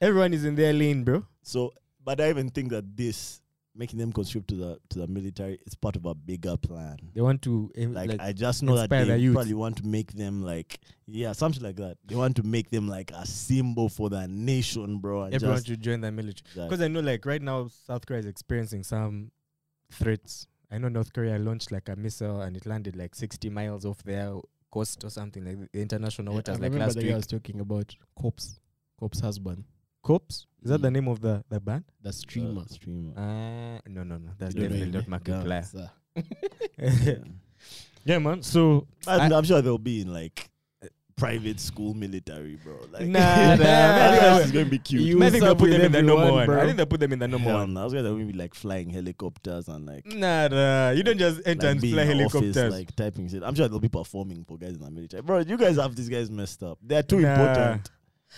B: everyone is in their lane, bro.
A: So, but I even think that this making them conscript to the to the military is part of a bigger plan.
B: They want to em-
A: Like,
B: like,
A: I just know that
B: inspire the
A: they
B: youth.
A: probably want to make them like yeah something like that. They want to make them like a symbol for the nation, bro. And
B: everyone
A: just,
B: should join the military.
A: like,
B: Because I know, like, right now, South Korea is experiencing some threats. I know North Korea launched like a missile and it landed like 60 miles off their coast or something, like the international
D: I
B: waters, like
D: remember
B: last
D: the
B: week.
D: guy I was talking about Cops, Cops husband,
B: Cops? Is that the
D: Mm.
B: name of the, the band?
D: the
A: uh,
D: streamer.
A: streamer.
B: Uh, no, no, no. That's
D: You don't know
B: definitely
D: him,
B: not
D: eh?
B: Markiplier.
D: Sir.
B: Yeah. man. So,
A: I, am sure they'll be in like private school military, bro. Like,
B: Nah, nah, man.
A: this is gonna be cute.
D: You
B: I think they'll
D: suck
B: put
D: with
B: them in the normal
D: everyone,
B: one. I
D: bro.
B: think they'll put them in the normal
A: Hell
B: one.
A: no, I was gonna be like flying helicopters and like
B: Nah, nah, you don't just enter
A: like
B: Mm, and
A: being
B: fly
A: in the office,
B: helicopters.
A: like typing shit. I'm sure they'll be performing for guys in the military. Bro, you guys have these guys messed up. They're too
B: Nah.
A: important.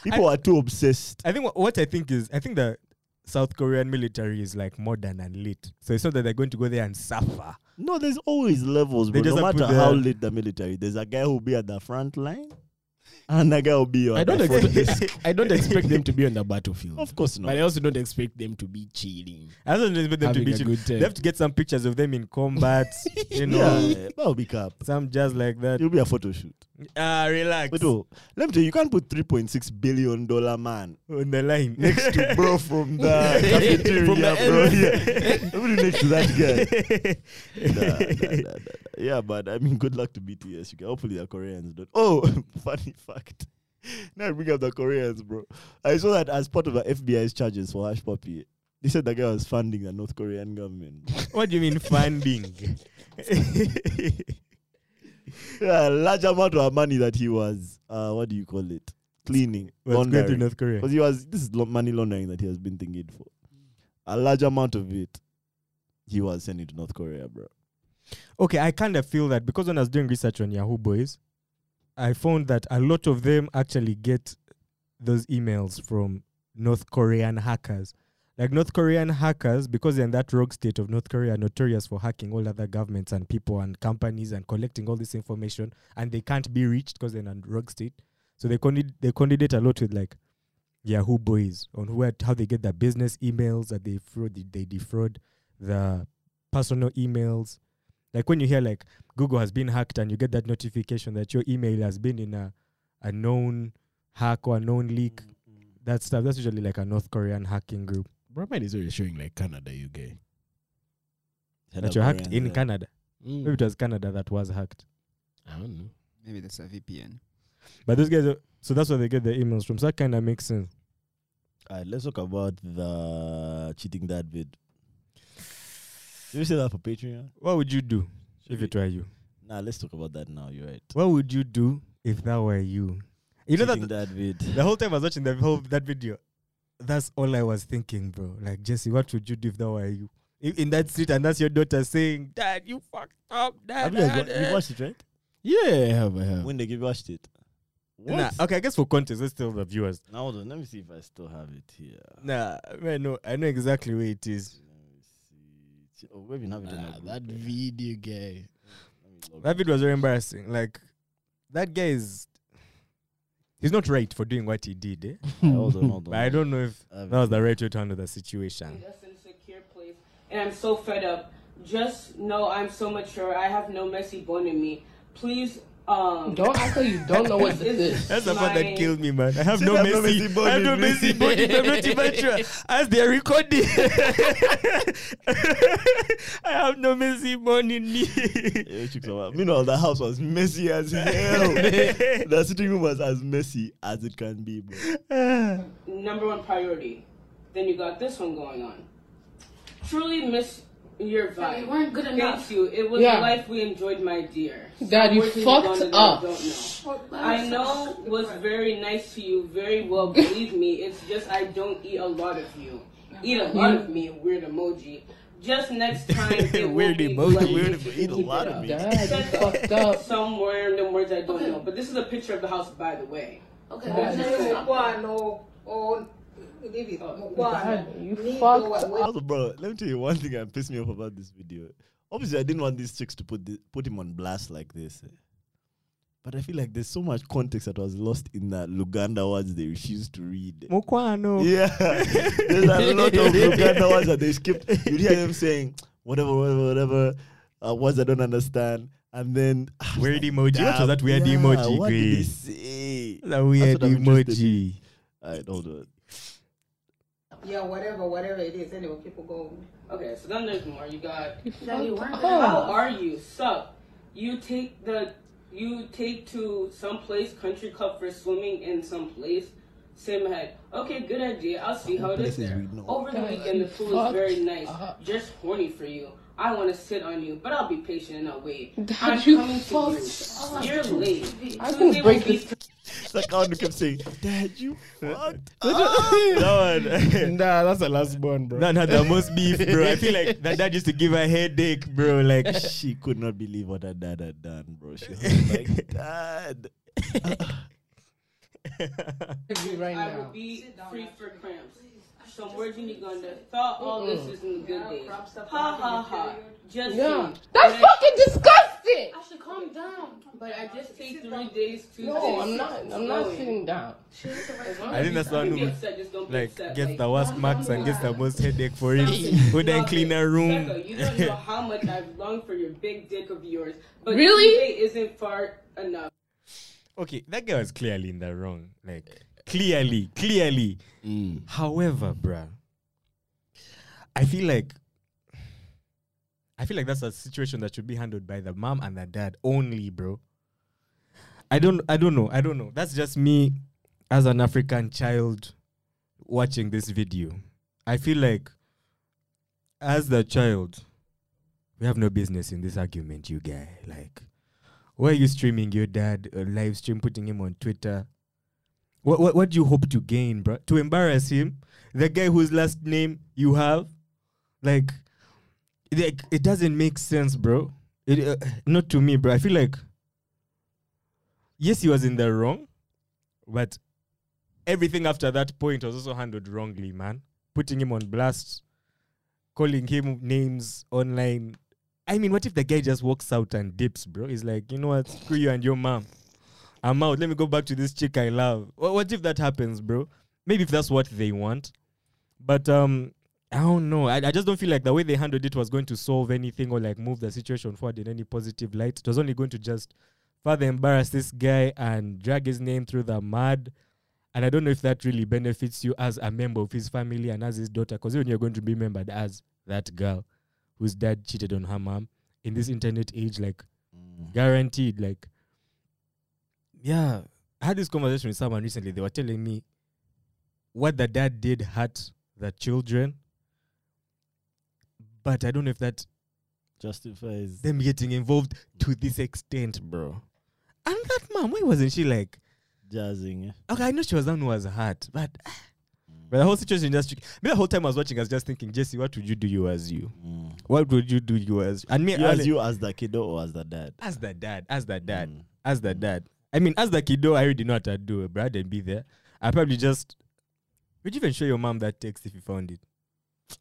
A: People are too obsessed.
B: I think what, what I think is I think the South Korean military is like modern and lit, so it's not that they're going to go there and suffer.
A: No, there's always levels, bro.
B: They
A: No
B: just have
A: matter
B: to-
A: how late the military, there's a guy who'll be at the front line, and a guy will be. On
D: I don't
A: the front
D: expect-
A: desk.
D: I don't expect them to be on the battlefield.
A: Of course
D: But I
A: not.
D: also don't expect them to be chilling.
B: I don't expect them to
D: having
B: be
D: a
B: chill.
D: good time.
B: They have to get some pictures of them in combat, you know,
A: Yeah, that'll be cap.
B: some just like that.
A: It'll be a photo shoot.
B: Ah, relax.
A: But oh, let me tell you, you can't put 3.6 billion dollar man
B: On the line
A: next to bro from the cafeteria,
D: From the
A: bro. Yeah. Nobody next to that guy. Nah, nah, nah, nah, nah. Yeah, but I mean, good luck to BTS. You can, hopefully, the Koreans don't. Oh, funny fact. Now I bring up the Koreans, bro. I saw that as part of the FBI's charges for Hash Puppy. They said the guy was funding the North Korean government.
B: what do you mean funding?
A: yeah, a large amount of money that he was, uh, what do you call it? Cleaning.
B: What's going through
A: laundering.
B: North Korea?
A: Because he was this is lo- money laundering that he has been thinking for. A large amount of it, he was sending to North Korea, bro.
B: Okay, I kind of feel that because when I was doing research on Yahoo Boys, I found that a lot of them actually get those emails from North Korean hackers. Like North Korean hackers, because they're in that rogue state of North Korea, are notorious for hacking all other governments and people and companies and collecting all this information, and they can't be reached because they're in a rogue state. So they candid- they candidate a lot with like Yahoo Boys on who how they get their business emails that they fraud they defraud the personal emails like when you hear like Google has been hacked and you get that notification that your email has been in a a known hack or a known leak, that stuff. That's usually like a North Korean hacking group
D: Bro, mine is already showing like Canada, UK.
B: that you hacked in Canada.
D: Mm.
B: Maybe it was Canada that was hacked.
D: I don't know.
E: Maybe that's a VPN.
B: But those guys, are, so that's where they get their emails from. So that kind of makes sense.
A: All right, let's talk about the cheating dad bid. Did we say that for Patreon?
B: What would you do if it were you?
A: Nah, let's talk about that now. You're right.
B: What would you do if that were you? You know that
A: cheating dad bid.
B: the whole time I was watching the whole that video, that's all I was thinking, bro. Like Jesse, what would you do if that were you? I- In that street, and that's your daughter saying, "Dad, you fucked up,
A: Have
B: Dad."
A: you guys
B: dad,
A: wa- you
B: dad."
A: watched it, right?
D: Yeah, I have, I have.
A: When they give you watched it. What?
B: Nah, okay, I guess for context, let's tell the viewers.
A: Now hold on, let me see if I still have it here.
B: Nah, man, no, I know exactly where it is.
A: Let me see. Ch- Oh, we even have it in
D: Ah,
A: our group,
D: that
A: right?
D: video guy.
A: Let me log
B: That
A: in.
B: video was very embarrassing. Like, that guy is. He's not right for doing what he did, eh?
A: Ah, Hold on, hold on.
B: but I don't know if
A: I have
B: that
A: it
B: was the right way to handle the situation.
G: That's in a secure place, and I'm so fed up. Just know I'm so mature. I have no messy bone in me. Please, um,
H: Don't act like you don't know what this is.
B: That's the part that
G: My-
B: killed me, man. I have
A: She
B: no
A: have no
B: messy,
A: messy
B: I have no
A: body,
B: messy body. I'm not immature. As they are recording, I have no messy body in me.
A: Yeah, chicks are wild. Meanwhile, the house was messy as hell. the sitting room was as messy as it can be, bro.
G: number one priority. Then you got this one going on. Truly miss Your
H: But you
G: vibe.
H: weren't good enough.
G: Thank you. It was
H: Yeah.
G: a life we enjoyed, my dear.
H: Dad, you
G: Unfortunately,
H: fucked
G: Rhonda,
H: up.
G: I don't know. I know was very nice to you, very well. Believe me, it's just I don't eat a lot of you. Eat a lot of me, weird emoji. Just next time, it
B: Weird
G: will be
B: emoji,
G: great
A: weird
G: if you
A: emoji,
G: can
A: eat a
G: keep
A: lot
G: it
A: of
G: up.
A: me.
H: Dad, you fucked up.
G: Somewhere in the words I don't
H: Okay.
G: know, but this is a picture of the house, by the way.
H: Okay,
G: That's
H: let's
G: it.
H: stop.
I: Mkwano, or Ah, Oh, leave it.
G: Oh,
I: Mkwano.
H: Dad, you
I: Leave the
H: fucked
I: wa- wa-
A: Also, bro, let me tell you one thing that pissed me off about this video. Obviously, I didn't want these chicks to put thi- put him on blast like this. eh. But I feel like there's so much context that was lost in that Luganda words they refused to read.
B: Mukwano.
A: Yeah, there's a lot of Luganda words that they skipped. You hear them saying whatever, whatever, whatever uh, words I don't understand, and then ah,
B: Weird emoji. What
A: damn,
B: was that weird
A: yeah,
B: emoji,
A: What did they
B: Grace?
A: say?
B: That weird
A: what I'm interested
B: emoji.
A: Alright, hold on.
I: Yeah, whatever, whatever it is. Anyway, people go. Oh.
G: Okay, so then there's more. You got
H: Dad, you weren't good
G: How
H: enough.
G: are you? Sup? You take the you take to some place, country club for swimming in some place. Sim head. Okay, good idea. I'll see how it is
A: Places
G: there.
A: we know.
G: Over the
H: Guys,
G: weekend, the
H: you
G: pool is very
H: fucked
G: nice.
H: up.
G: Just horny for you. I want to sit on you, but I'll be patient and I'll wait.
H: Dad,
G: I'm
H: you
G: coming
H: fucked
G: to
H: up.
G: you. You're late.
H: I
G: Tuesday
H: will
G: will
H: break
G: be
H: this-
A: That one who kept saying, "Dad, you fucked." up."
B: Oh,
A: that one.
D: nah, that's the last one, bro.
B: Nan had the most beef, bro. I feel like that dad used to give her a headache, bro. Like,
A: she could not believe what her dad had done, bro. She was like, Dad.
H: you right
G: I will
H: now.
G: be free for cramps. Some words in Uganda thought
H: Oh.
G: all this is in the good days. Ha ha ha. Just
H: Yeah.
G: saying.
H: That's
G: But I-
H: fucking disgusting.
G: should calm down. But I just take three days to.
H: No, I'm not. I'm not sitting down.
B: I think that's the one who, like, gets the worst marks and gets the most headache for it. Who then clean her room.
G: you don't know how much I've longed for your big dick of yours. But
H: Really?
G: Tuesday isn't far enough.
B: Okay, that guy was clearly in the wrong. Like, clearly, clearly.
D: Mm.
B: However, bruh, I feel like I feel like that's a situation that should be handled by the mom and the dad only, bro. I don't I don't know. I don't know. That's just me as an African child watching this video. I feel like as the child, we have no business in this argument, you guy. Like, why are you streaming your dad a live stream, putting him on Twitter? What, what what do you hope to gain, bro? To embarrass him, the guy whose last name you have, like, like it doesn't make sense, bro. It uh, not to me, bro. I feel like yes, he was in the wrong, but everything after that point was also handled wrongly, man. Putting him on blast, calling him names online. I mean, what if the guy just walks out and dips, bro? He's like, you know what? Screw you and your mom. I'm out. Let me go back to this chick I love. Wha- What if that happens, bro? Maybe if that's what they want. But um, I don't know. I, I just don't feel like the way they handled it was going to solve anything or like move the situation forward in any positive light. It was only going to just further embarrass this guy and drag his name through the mud. And I don't know if that really benefits you as a member of his family and as his daughter, because even you're going to be remembered as that girl whose dad cheated on her mom in this internet age, like guaranteed. Like, yeah, I had this conversation with someone recently. They were telling me what the dad did hurt the children, but I don't know if that
A: Justifies.
B: them getting involved to this extent, bro. And that mom, why wasn't she like?
A: Jazzing. eh?
B: Okay, I know she was the one who was hurt, but but the whole situation just tricky. Me the whole time I was watching, I was just thinking, Jesse, what would you do you as you? What would you do you as and me
A: You
B: Mm. I-
A: as you as the kiddo or as the dad?
B: as the dad, as the dad,
A: Mm.
B: as the dad. I mean, as the kiddo, I already know what I'd do, bro. I didn't be there. I probably just would you even show your mom that text if you found it?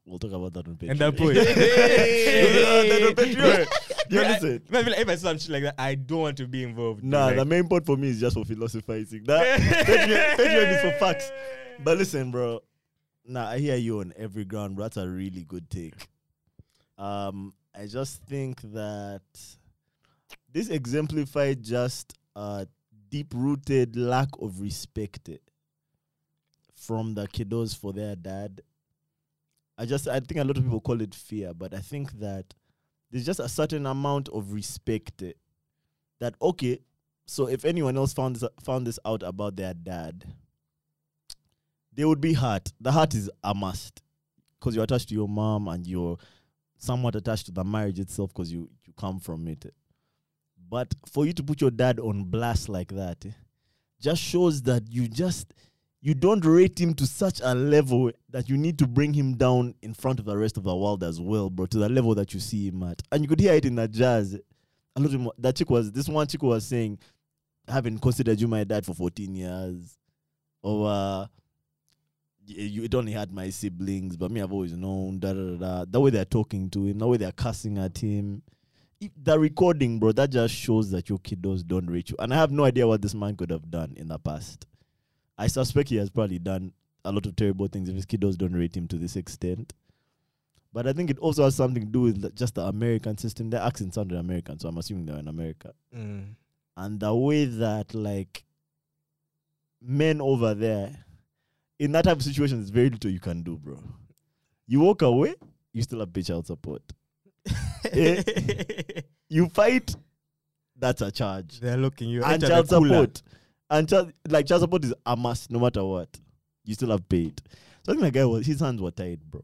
A: We'll talk about that on Patreon.
B: And that point.
A: We'll talk about that on Patreon. You
B: Yeah, I-
A: listen.
B: I feel like if I saw some shit like that, I don't want to be involved.
A: Nah,
B: like,
A: the main point for me is just for philosophizing. That Patreon, Patreon is for facts. But listen, bro. Nah, I hear you on every ground. Bro. That's a really good take. Um, I just think that this exemplified just a deep-rooted lack of respect eh, from the kiddos for their dad. I just I think a lot of people call it fear, but I think that there's just a certain amount of respect eh, that okay. So if anyone else found this, found this out about their dad, they would be hurt. The hurt is a must because you're attached to your mom and you're somewhat attached to the marriage itself because you, you come from it. But for you to put your dad on blast like that eh, just shows that you just you don't rate him to such a level that you need to bring him down in front of the rest of the world as well, bro, to the level that you see him at. And you could hear it in the jazz. A lot of mo- that chick was this one chick was saying, haven't considered you my dad for 14 years. Or uh, y- you it only had my siblings, but me I've always known. Da, da, da, da. The way they're talking to him, the way they're cussing at him. If the recording, bro, that just shows that your kiddos don't reach you. And I have no idea what this man could have done in the past. I suspect he has probably done a lot of terrible things if his kiddos don't rate him to this extent. But I think it also has something to do with the- just the American system. Their accent sounded American, so I'm assuming they're in America
B: Mm.
A: and the way that like men over there in that type of situation there's very little you can do bro you walk away you still have bitch child support Eh? you fight that's a charge
B: They're looking you.
A: and
B: enter the
A: child
B: cooler.
A: support and child like child support is a must no matter what you still have paid so i think the guy was his hands were tied bro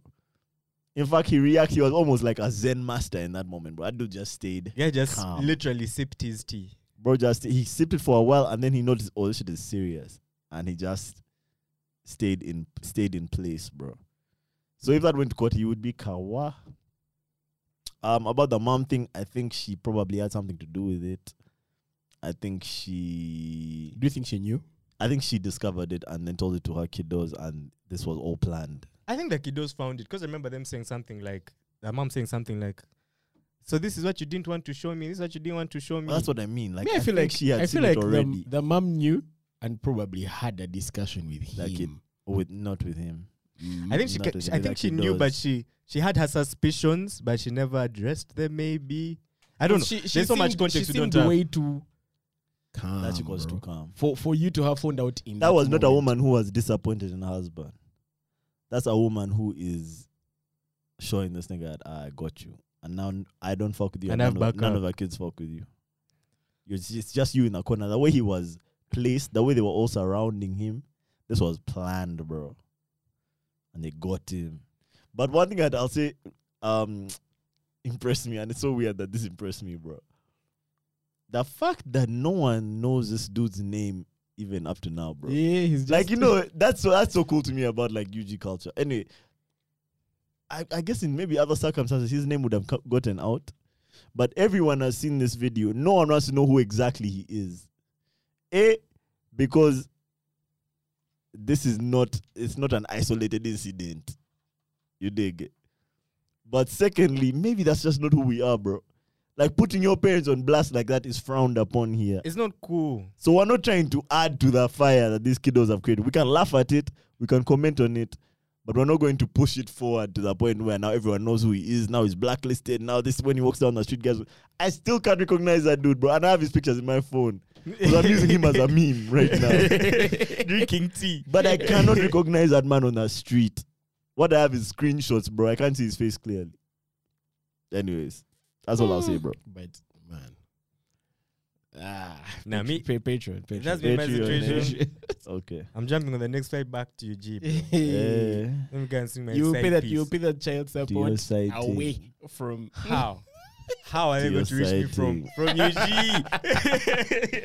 A: in fact he reacted he was almost like a zen master in that moment bro that dude just stayed
B: Yeah, just
A: Calm.
B: literally sipped his tea.
A: bro just he sipped it for a while and then he noticed oh this shit is serious and he just stayed in stayed in place bro so if that went to court he would be kawa um about the mom thing i think she probably had something to do with it i think she
D: Do you think she knew?
A: i think she discovered it and then told it to her kiddos and this was all planned
B: I think the kiddos found it because I remember them saying something like, the mom saying something like, so this is what you didn't want to show me. This is what you didn't want to show me.
A: Well, that's what i mean like
D: Me, I feel
A: think
D: like
A: she had
D: I
A: seen
D: feel like
A: it already
D: The, the mom knew and probably had a discussion with
A: That kid.
D: him.
A: with not with him
B: I think she.
A: Not
B: ca-
A: with
B: she-
A: me,
B: I
A: like
B: think she
A: it
B: knew, but
A: does.
B: she she had her suspicions, but she never addressed them. Maybe I don't know.
D: She, she
B: There's so much
D: seemed-
B: context
D: She
B: we don't
D: seemed
B: have.
D: way too calm.
A: that she was
D: bro.
A: too calm
D: For for you to have found out in
A: that was not a
D: moment.
A: woman who was disappointed in her husband. That's a woman who is showing this nigga that "Ah, I got you, and now n- I don't fuck with you,
B: And
A: and
B: I've
A: none, of,
B: back
A: none
B: up.
A: of our kids fuck with you. You're just, it's just you in the corner. The way he was placed, the way they were all surrounding him, this was planned, bro. And they got him. But one thing that I'll say um, impressed me, and it's so weird that this impressed me, bro. The fact that no one knows this dude's name even up to now, bro
D: Yeah, he's just
A: like you know that's so that's so cool to me about like UG culture. Anyway, I, I guess in maybe other circumstances his name would have co- gotten out, but everyone has seen this video. No one wants to know who exactly he is. A because this is not it's not an isolated incident. You dig? But secondly, maybe that's just not who we are, bro. Like putting your parents on blast like that is frowned upon here.
B: It's not cool.
A: So we're not trying to add to the fire that these kiddos have created. We can laugh at it, we can comment on it, but we're not going to push it forward to the point where now everyone knows who he is. Now he's blacklisted. Now this when he walks down the street, guys. I still can't recognize that dude, bro. And I have his pictures in my phone. 'Cause I'm using him as a meme right now.
B: Drinking tea.
A: But I cannot recognize that man on the street. What I have is screenshots, bro. I can't see his face clearly. Anyways, that's all I'll say, bro.
D: but man. Ah,
B: Nah, me-
D: pay Patreon. Patreon.
B: That's been my
A: Patreon,
B: situation.
A: Okay.
B: I'm jumping on the next flight back to you, G. bro.
D: Eh.
A: Eh,
B: Let me go and see my.
D: you
B: side
D: pay that.
B: piece.
D: You pay that child support
A: sighting.
D: away from.
B: How? How are they
A: To
B: going
A: your
B: to reach me
A: side
B: from
A: thing.
B: from UG?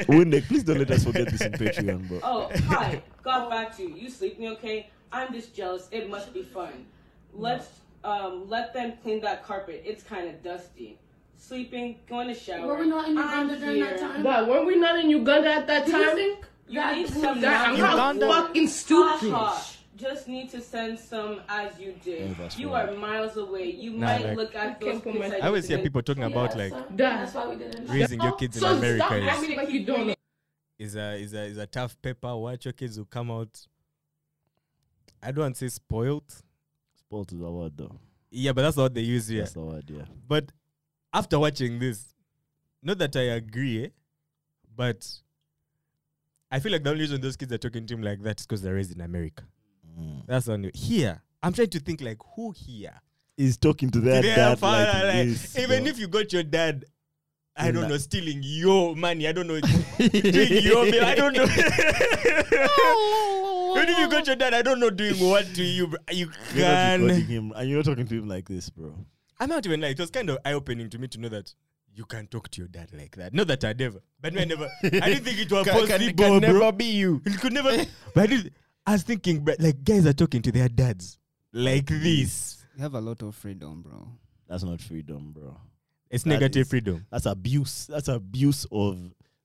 A: Windeck, please don't let us forget this in Patreon, bro.
G: Oh, hi. God back to you. You sleeping okay? I'm just jealous. It must be fun. Let's um let them clean that carpet. It's kind of dusty. Sleeping, going to shower.
J: Were we not in
G: I'm
J: Uganda during that
G: here.
J: time?
H: God, were we not in Uganda at that
J: Do you
H: time?
J: think
G: You
J: that-
G: need some
H: God, I'm
G: knowledge.
H: not
B: Uganda?
H: fucking
G: Ha
H: stupid.
G: ha. Just need to send some as you did.
A: that's
G: you
A: right.
G: are miles away. You
B: Nah,
G: might
B: like-
G: look at
H: I can't
G: those
H: put
G: pics
H: my-
G: I
B: I always
G: just
B: hear
G: did.
B: people talking about
J: Yeah,
B: like
J: so-
H: Dad.
J: That's why we didn't.
B: raising your kids in
H: so
B: America
H: stop
B: is-
H: acting like you don't know.
B: is a is a is a tough paper. Watch your kids who come out. I don't want to say spoiled.
A: Spoiled is the word, though.
B: Yeah, but that's what they use here.
A: That's the word, yeah.
B: But after watching this, not that I agree, eh, but I feel like the only reason those kids are talking to him like that is because they're raised in America.
A: Mm.
B: That's on here. I'm trying to think like who here.
A: He's talking to their
B: Their
A: dad
B: father,
A: like
B: like,
A: this,
B: even
A: bro.
B: if you got your dad, I
A: In
B: don't
A: that-
B: know, stealing your money. I don't know, doing your bill. I don't know. even if you got your dad, I don't know doing what to you. Bro. You
A: You're not recording
B: can.
A: him, and you're not talking to him like this, bro.
B: I'm not even like it was kind of eye opening to me to know that you can talk to your dad like that. Not that I never, but I never. I didn't think it was
D: Can- can-
B: possible.
D: can never
B: be you. It could never. but I, did, I was thinking, but like guys are talking to their dads like this.
E: You have a lot of freedom, bro.
A: That's not freedom, bro.
B: It's
A: That
B: negative
A: is-
B: freedom.
A: That's abuse. That's abuse of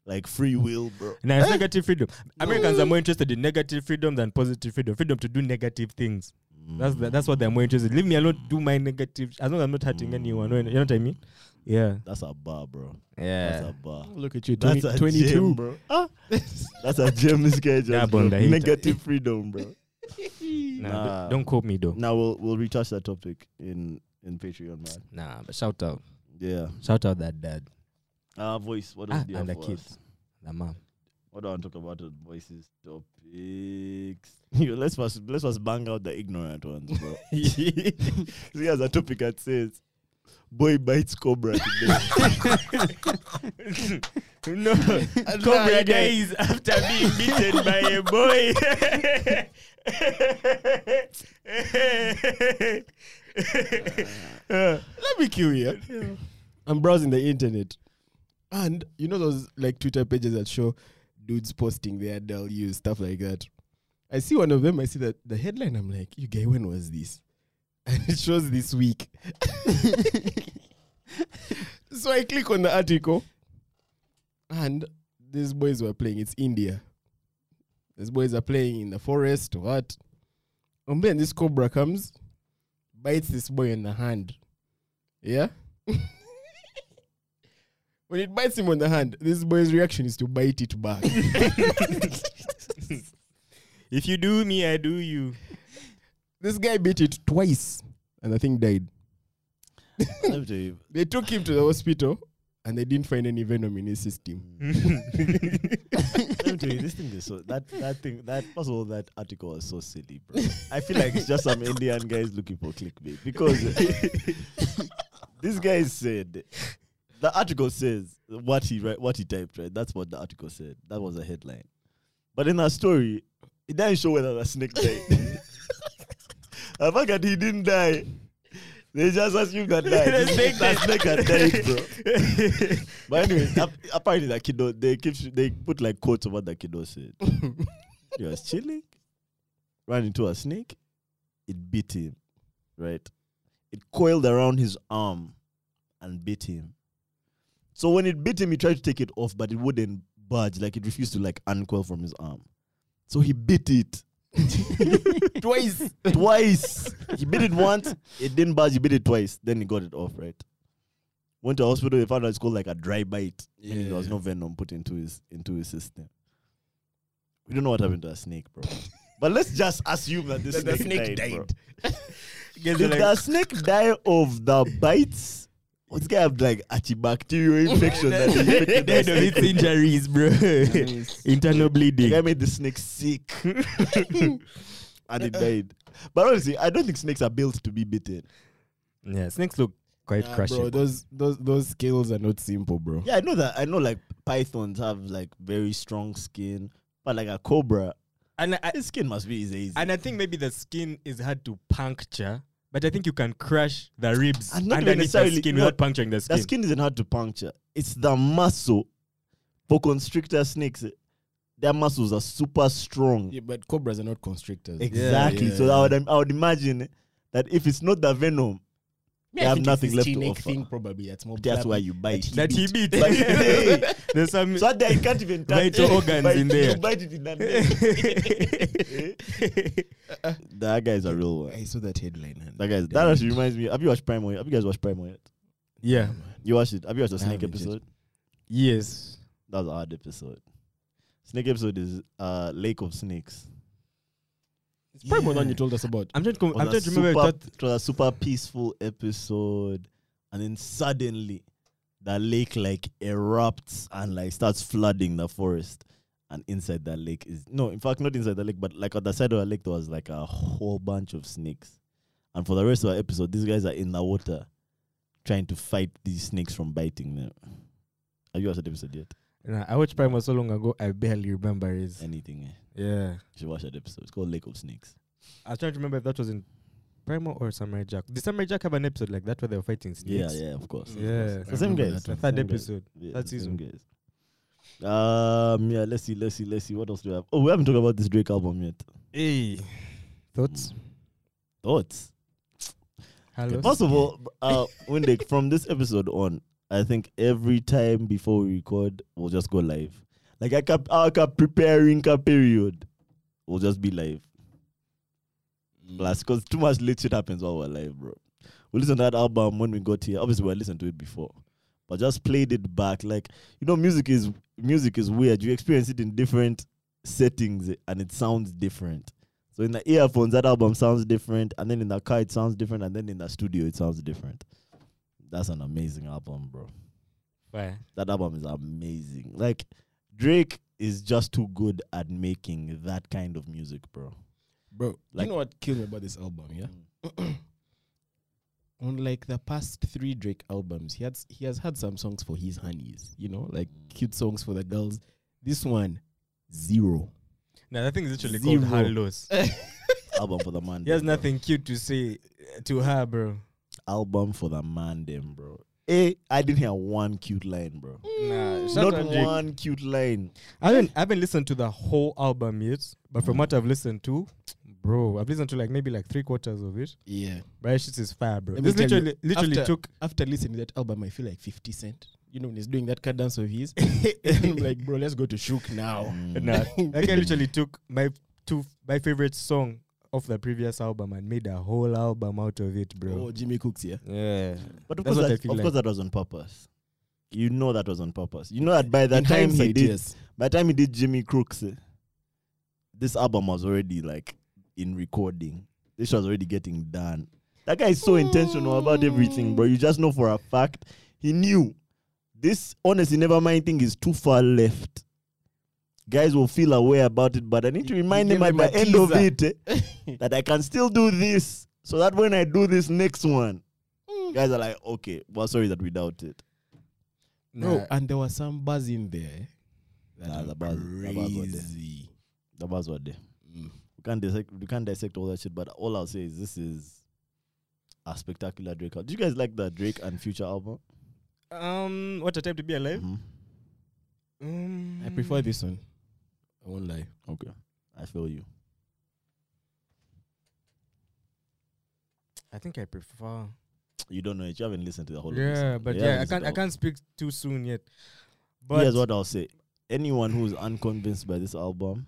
A: like free will, bro.
B: Now
D: Eh?
B: it's negative freedom. Americans are more interested in negative freedom than positive freedom. Freedom to do negative things. That's the, that's what they're more interested. in. Leave me alone. Do my negative. As long as I'm not
D: Mm.
B: hurting anyone. You know what I mean? Yeah.
A: That's a bar, bro. That's
B: Yeah.
A: a bar.
D: Look at you,
A: That's
D: 20
A: a
D: 22.
A: gem, bro. Ah, that's a gem this guy just
B: Dab
A: dropped.
B: on the hater.
A: Negative freedom, bro.
B: Nah,
A: Nah.
B: d- don't quote me though.
A: now we'll we'll retouch that topic in in Patreon, man.
B: Nah, but shout out.
A: Yeah.
B: Shout out that dad.
A: Uh, voice. What else
B: Ah,
A: do you
B: and
A: have
B: the
A: for
B: kids.
A: us?
B: The mom.
A: What do I want to talk about? on Voices topics. Yo, let's first let's first bang out the ignorant ones, bro. this guy's a topic that says, "Boy bites cobra today."
B: no, Cobra dies after being beaten by a boy.
D: Let me kill you. I'm browsing the internet. And you know those like Twitter pages that show dudes posting their DLUs, stuff like that. I see one of them, I see that the headline, I'm like, you guy, when was this? And it shows this week. so I click on the article and these boys were playing. It's India. These boys are playing in the forest, what? And then this cobra comes, bites this boy in the hand. Yeah. when it bites him on the hand, this boy's reaction is to bite it back.
B: if you do me, I do you.
D: this guy bit it twice, and the thing died.
A: Let me tell you,
D: They took him to the hospital, and they didn't find any venom in his system.
A: let me tell you, this thing is so that that thing that first of all that article was so silly, bro. I feel like it's just some Indian guys looking for clickbait because this guy said the article says what he write, what he typed, right? That's what the article said. That was a headline, but in our story, it doesn't show whether the snake died. the fact that he didn't die, they just assumed that died.
B: The snake
A: the
B: died.
A: snake had died, bro. But anyway, ap- apparently that kiddo they keep sh- they put like quotes of what that kiddo said. he was chilling, ran into a snake, it bit him, right? It coiled around his arm and bit him. So when it bit him, he tried to take it off, but it wouldn't budge. Like it refused to like uncoil from his arm. So he bit it
D: twice.
A: twice. he bit it once, it didn't budge, he bit it twice, then he got it off, right? Went to hospital, they found out it's called like a dry bite. meaning there was no venom put into his into his system. We don't know what happened to a snake, bro. but let's just assume that this snake, died. bro.
B: Guys are
A: Did
B: like,
A: the snake die of the bites? What's guy have like antibacterial infection that he infected the
B: Dead of
A: snake
B: its injuries, bro.
A: The
B: Internal
A: guy
B: bleeding.
A: made the snake sick. and it died. But honestly, I don't think snakes are built to be bitten.
B: Yeah, snakes look quite
D: Nah,
B: crushing.
D: bro, those those those skills are not simple, bro.
A: Yeah, I know that. I know like pythons have like very strong skin, but like a cobra,
B: and I,
A: his skin must be easy.
B: and I think maybe the skin is hard to puncture, but I think you can crush the ribs
A: And not even
B: underneath the
A: necessarily-
B: skin
A: no,
B: without puncturing the skin.
A: That skin isn't hard to puncture. It's the muscle. For constrictor snakes, eh, their muscles are super strong.
D: Yeah, but cobras are not constrictors.
A: Exactly.
D: Yeah,
A: so
D: yeah.
A: I would I would imagine that if it's not the venom,
D: Me,
A: They have
D: think it's
A: nothing
D: this
A: left to
D: Chinese
A: offer.
D: Thing probably that's more.
A: that's why
D: flabby.
A: you bite.
B: that he beat.
A: But hey,
B: There's some.
A: so that you can't even touch
B: Vital
A: it. You
B: organs
A: bite-
B: in there.
A: You bite it in that neck. That guy's a real
D: I
A: one.
D: saw that headline. And
A: That guy's that actually reminds me. Have you watched Primal? yet? Have you guys watched Primal yet?
B: yeah.
A: You watched it. Have you watched the
D: I
A: snake
D: haven't yet.
A: episode?
B: Yes.
A: That was a hard episode. Snake episode is uh Lake of Snakes.
D: it's probably more than
B: Yeah.
D: you told us about.
B: I'm trying to. Com-
A: Was
B: I'm
A: a
B: trying to remember.
A: super-
B: I thought-
A: it was a super peaceful episode, and then suddenly the lake like erupts and like starts flooding the forest. And inside that lake is no, in fact, not inside the lake, but like on the side of the lake there was like a whole bunch of snakes. And for the rest of the episode, these guys are in the water trying to fight these snakes from biting them. Have you watched that episode yet?
B: Nah, I watched Primal so long ago. I barely remember it.
A: Anything? Eh?
B: Yeah.
A: You should watch that episode. It's called Lake of Snakes.
B: I was trying to remember if that was in Primal or Samurai Jack? Did Samurai Jack have an episode like that where they were fighting
A: Yeah,
B: snakes?
A: yeah, of course.
B: yeah.
A: The same guys.
B: The third
A: Same guys.
B: episode.
A: Yeah,
B: That
A: the same
B: season.
A: guys. Um, yeah, let's see, let's see, let's see. What else do we have? Oh, we haven't talked about this Drake album yet.
B: Hey, thoughts?
A: Thoughts?
B: Hello.
A: First of all, uh, Windek, from this episode on, I think every time before we record, we'll just go live. Like I kept, I kept preparing a period. We'll just be live. Plus, because too much late shit happens while we're live, bro. We listened to that album when we got here. Obviously, we had listened to it before, but just played it back. Like you know, music is music is weird. You experience it in different settings, and it sounds different. So in the earphones, that album sounds different, and then in the car it sounds different, and then in the studio it sounds different. That's an amazing album, bro.
B: Fire.
A: That album is amazing. Like Drake is just too good at making that kind of music, bro.
D: Bro,
A: Like-
D: you know what killed me about this album, yeah? Mm. Unlike the past three Drake albums, he had he has had some songs for his honeys, you know, like cute songs for the girls. This one, zero.
B: Now that thing is literally
D: Zero.
B: called Halos.
A: album for the man.
B: He has
A: them, bro.
B: nothing cute to say uh, to her, bro.
A: Album for the man, them, bro. Eh, I didn't hear one cute line, bro.
B: Nah,
A: Not one cute line.
B: I haven't, I haven't listened to the whole album yet, but from what I've listened to, bro, I've listened to like maybe like three quarters of it.
D: Yeah.
B: Bro, that shit is fire, bro.
D: Let me
B: this
D: tell you,
B: literally, literally
D: after-
B: took.
D: After listening to that album, I feel like 50 Cent. You know, when he's doing that cadence of his. I'm like, bro, let's go to Shook
B: Oh,
D: now.
A: Mm.
B: Nah, that guy literally took my two my favorite song off the previous album and made a whole album out of it, bro.
D: Oh, Jimmy Cooks, yeah.
B: Yeah,
A: But of
B: That's
A: course,
B: what I
A: that,
B: feel
A: of
B: like.
A: course, that was on purpose. You know that was on purpose. You know that by the time he
D: hindsight,
A: did,
D: yes.
A: by the time he did Jimmy Crooks, eh, this album was already like in recording. This was already getting done. That guy is so intentional about everything, bro. You just know for a fact he knew this. Honestly, never mind thing is too far left. Guys will feel aware about it, but I need to
D: You- you
A: remind
D: gave
A: them at
D: them a
A: the end of it eh, that I can still do this, so that when I do this next one,
D: Mm.
A: guys are like, okay, well, sorry that we doubt it.
D: Bro,
B: Nah.
D: and there was some buzz in there. That
A: Nah,
D: are
A: the buzz- the buzz were there.
D: crazy.
A: That was what they.
D: Mm.
A: we can't dissect we can't dissect all that shit, but all I'll say is this is a spectacular Drake album. Do you guys like the Drake and Future album?
B: Um, what a time to be alive.
A: Mhm.
B: Um,
D: I prefer this one. I won't lie.
A: Okay. I feel you.
B: I think I prefer.
A: You don't know it. You haven't listened to the whole of this
B: Yeah,
A: album.
B: but
A: You
B: yeah, I
A: haven't
B: can't. I
A: listened to
B: can't speak too soon yet.
A: the whole-
B: But
A: Here's what I'll say. Anyone who's unconvinced by this album,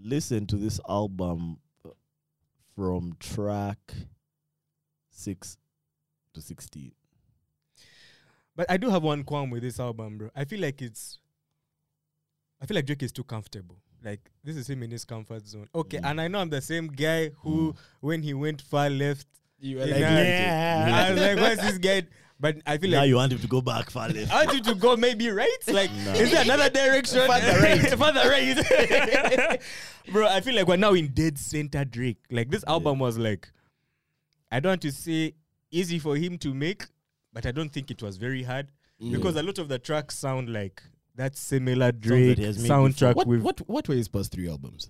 A: listen to this album uh, from track six to sixteen.
B: But I do have one qualm with this album, bro. I feel like it's. I feel like Drake is too comfortable. Like this is him in his comfort zone. Okay, and I know I'm the same guy who, when he went far left,
D: You
B: were like, "Nah." I was like, "Where's this guy?" But I feel
A: now
B: like
A: you want him to go back far left.
B: I want you to go maybe right. Like, is there another direction?
A: Further right.
B: Further right. Bro, I feel like we're now in dead center Drake. Like this album was like, I don't want to say easy for him to make, but I don't think it was very hard
A: Mm.
B: because a lot of the tracks sound like that similar Drake
A: he has made
B: soundtrack
D: What,
B: with
D: what, what were his past three albums?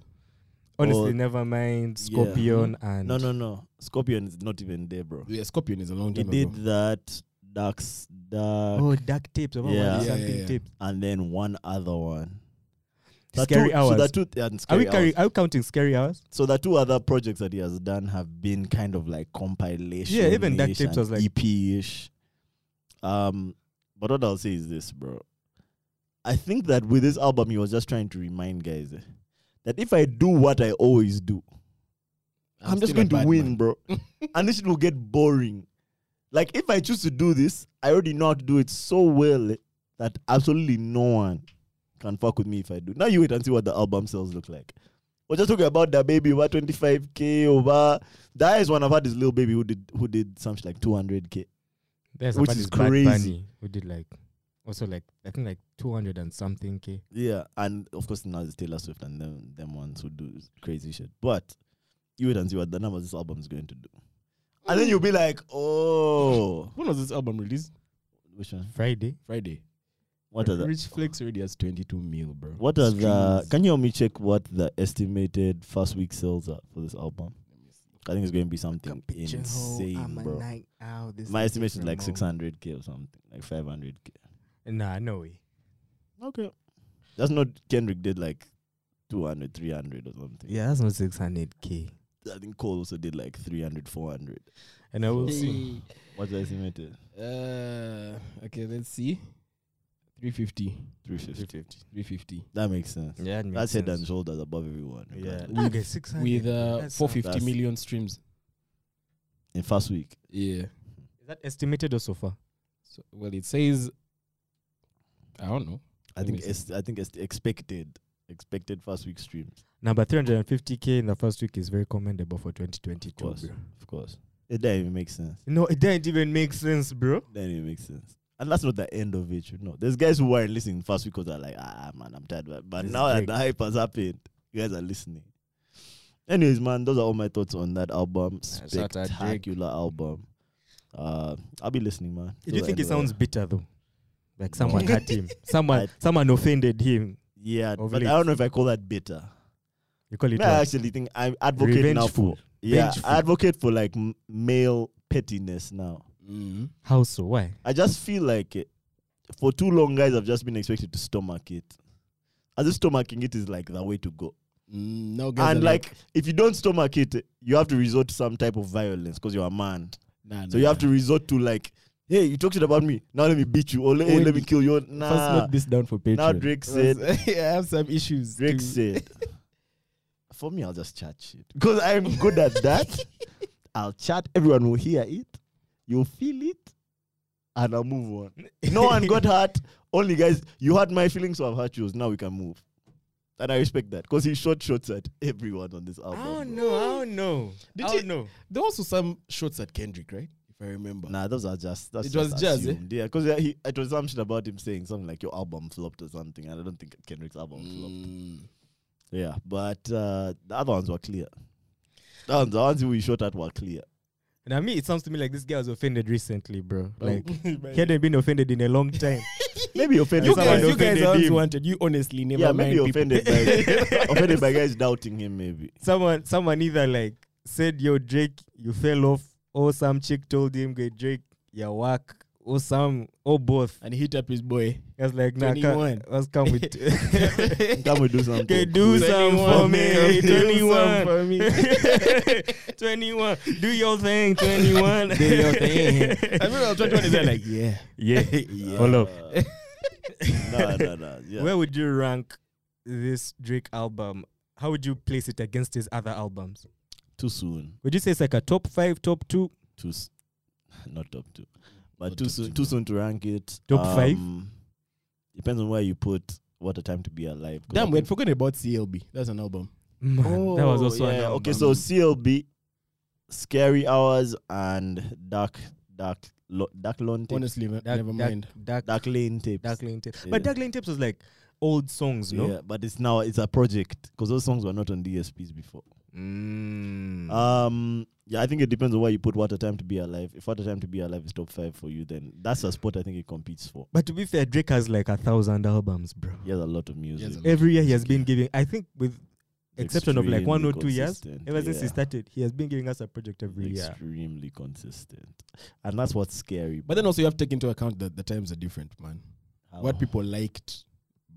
B: honestly
A: Or-
B: never mind
A: Oh. Yeah.
B: Scorpion and
A: No, no, no. Scorpion is not even there, bro.
D: Yeah, Scorpion is a long
A: He
D: time ago.
A: did that Darks Dark
B: oh dark tapes. I want
A: Yeah.
B: one
A: Yeah,
B: something
D: yeah.
B: tapes.
A: and then one other one. The
B: Scary
A: two,
B: hours.
A: So the two yeah, and
B: Are
A: Scary
B: we carry,
A: Hours.
B: are we counting scary hours?
A: So the two other projects that he has done have been kind of like compilation.
B: Yeah, even Dark Tapes was like-
A: EP ish. Um, but what I'll say is this, bro. I think that with this album, he was just trying to remind guys eh, that if I do what I always do, I'm, just
D: still a
A: going to
D: bad
A: win,
D: man.
A: bro. and this shit will get boring. Like if I choose to do this, I already know how to do it so well eh, that absolutely no one can fuck with me if I do. Now you wait and see what the album sales look like. We're just talking about the baby over 25k over. That is one I've had this little baby who did who did something like 200k.
B: There's
A: Which
B: somebody's
A: is
B: Bad
A: crazy.
B: Bunny who did like also like I think like two hundred and something k.
A: Yeah, and of course now it's Taylor Swift and them them ones who do crazy shit. But you wait and see what the numbers this album is going to do, and then you'll be like, oh,
D: When was this album released?
A: which one?
B: Friday.
D: Friday.
A: What are the
D: Rich Flex already has 22 mil, bro.
A: What uh, are the?
D: Streams.
A: Can you help me check what the estimated first week sales are for this album? I think it's going to be something
B: Picture hoe,
A: insane,
B: I'm a
A: bro.
B: night owl, this
A: My
B: is
A: estimation is like
B: different
A: six
B: mode.
A: hundred k or something, like five hundred k.
B: Nah, no way.
A: Okay, that's not Kendrick did like 200, 300 or something.
B: Yeah, that's not six hundred k.
A: I think Cole also did like 300, 400.
B: And I will see.
A: What's the estimated?
D: Uh, okay, let's see. 350.
A: 350.
D: 350.
A: That makes sense.
B: Yeah,
A: That's head and shoulders above everyone.
B: Yeah,
A: regardless.
B: okay, six hundred
D: With uh,
B: That's
D: 450
A: that's-
D: million streams.
A: In first week,
D: Yeah.
B: Is that estimated or so far?
D: So, well, it says, I don't know.
A: I
D: Let
A: think
D: me see.
A: it's I think it's expected expected first week streams.
B: Number three hundred and fifty k in the first week is very commendable for twenty twenty
A: Of
B: two.
A: course, of course. It doesn't even make sense.
B: No, it didn't even make sense, bro.
A: That didn't make sense. And that's not the end of it, you know. There's guys who weren't listening first because they're like, ah, man, I'm tired. But, but
B: This
A: now that
B: break.
A: the hype has happened, you guys are listening. Anyways, man, those are all my thoughts on that album.
B: Shout out to Drake.
A: Spectacular album. Uh, I'll be listening, man.
B: Do
A: Those
B: you
A: are
B: think it
A: end of
B: sounds bitter though? Like someone
A: No.
B: hurt him. Someone
A: I-
B: someone offended him.
A: Yeah,
B: of
A: but
B: late?
A: I don't know if I call that bitter.
B: You call it
A: May I actually think I advocate now for
B: revengeful.
A: yeah,
B: Vengeful.
A: I advocate for like m- male pettiness now. Mm-hmm.
D: Mm.
B: How so? Why?
A: I just feel like it, for too long, guys have just been expected to stomach it. As if stomaching it is like the way to go.
D: Mm, now guys
A: And
D: are
A: like, if you don't stomach it, you have to resort to some type of violence because you're a man.
D: nah, nah,
A: So you have
D: nah.
A: to resort to like, hey, you talked about me. Now let me beat you. Or let, hey,
D: When
A: let me
D: you-
A: kill you.
D: First,
A: Nah.
D: note this down for Patreon.
A: Now Drake said,
D: I have some issues.
A: Drake
D: too.
A: said, for me, I'll just chat shit because I'm good at that. I'll chat. Everyone will hear it. You'll feel it, and I'll move on. No one got hurt. Only guys, you hurt my feelings, so I've hurt yours. Now we can move. And I respect that because he short shots at everyone on this
B: I
A: album.
B: don't
A: bro.
B: know. I don't know.
D: Did
B: I
D: you-
B: don't know.
D: There were also some shots at Kendrick, right? If I remember.
A: Nah, those are just. That's
D: It was just, eh?
A: assumed. Yeah, because he it was something about him saying something like your album flopped or something, and I don't think Kendrick's album flopped.
D: Mm.
A: Yeah, but uh, the other ones were clear. The ones, the ones we shot at were clear.
B: And I mean, it sounds to me like this guy was offended recently, bro.
D: Oh.
B: Like he hadn't been offended in a long time.
A: Maybe offended.
D: You
A: by-
D: guys, you
B: offended
D: guys aren't
B: him.
D: wanted. You honestly never
A: yeah,
D: mind
A: maybe
D: people.
A: offended by offended by guys doubting him. Maybe
B: someone, someone either like said, "Yo, Drake, you fell off," or some chick told him, "Go, Drake, you whack," or some, or both.
D: And he hit up his boy.
B: I was like, "Nah, come,
D: 21.
B: let's come with."
A: can we do something?
B: Okay, do some for me.
D: 21.
B: Twenty-one for
D: for
B: me. Twenty-one. Do your thing. Twenty-one.
D: Do your thing. I remember 21 is there like, yeah.
B: yeah. Hold up.
A: no, no, no. Yeah.
B: Where would you rank this Drake album? How would you place it against his other albums?
A: too soon.
B: Would you say it's like a top five, top two?
A: Too, s- not top two, but
D: Not
A: too
D: top
A: soon.
D: two,
A: Too
D: no.
A: soon to rank it. um,
B: Top five?
A: Depends on where you put. What a time to be alive. 'Cause
D: Damn,
A: I
D: we
A: think-
D: had forgotten about CLB. That's an album.
B: Man, that was
A: Oh,
B: also an
A: yeah.
B: album.
A: okay. So CLB, Scary Hours, and Dark Dark Lo- Dark Lone Tapes.
D: Honestly, ne-
B: Dark,
D: never
B: Dark-
D: mind.
B: Dark, dark,
A: Dark Lane Tapes.
B: Lane Tapes.
A: Yeah.
B: But Dark Lane Tapes was like old songs, no?
A: Yeah, but it's now it's a project because those songs were not on DSPs before.
D: Hmm.
B: Mm.
A: Um, yeah, I think it depends on where you put "What a Time to Be Alive." If "What a Time to Be Alive" is top five for you, then that's a spot I think it competes for.
B: but to be fair, Drake has like a thousand albums, bro.
A: He has a lot of music.
D: He has a lot.
B: Every year he has been giving, I think, with
A: It's
B: exception of like one or two
A: extremely
B: years,
A: consistent,
B: ever since he
A: yeah.
B: started, he has been giving us a project every year.
A: Extremely consistent, and that's what's scary.
D: But then also, you have to take into account that the times are different, man.
A: How-
D: What people liked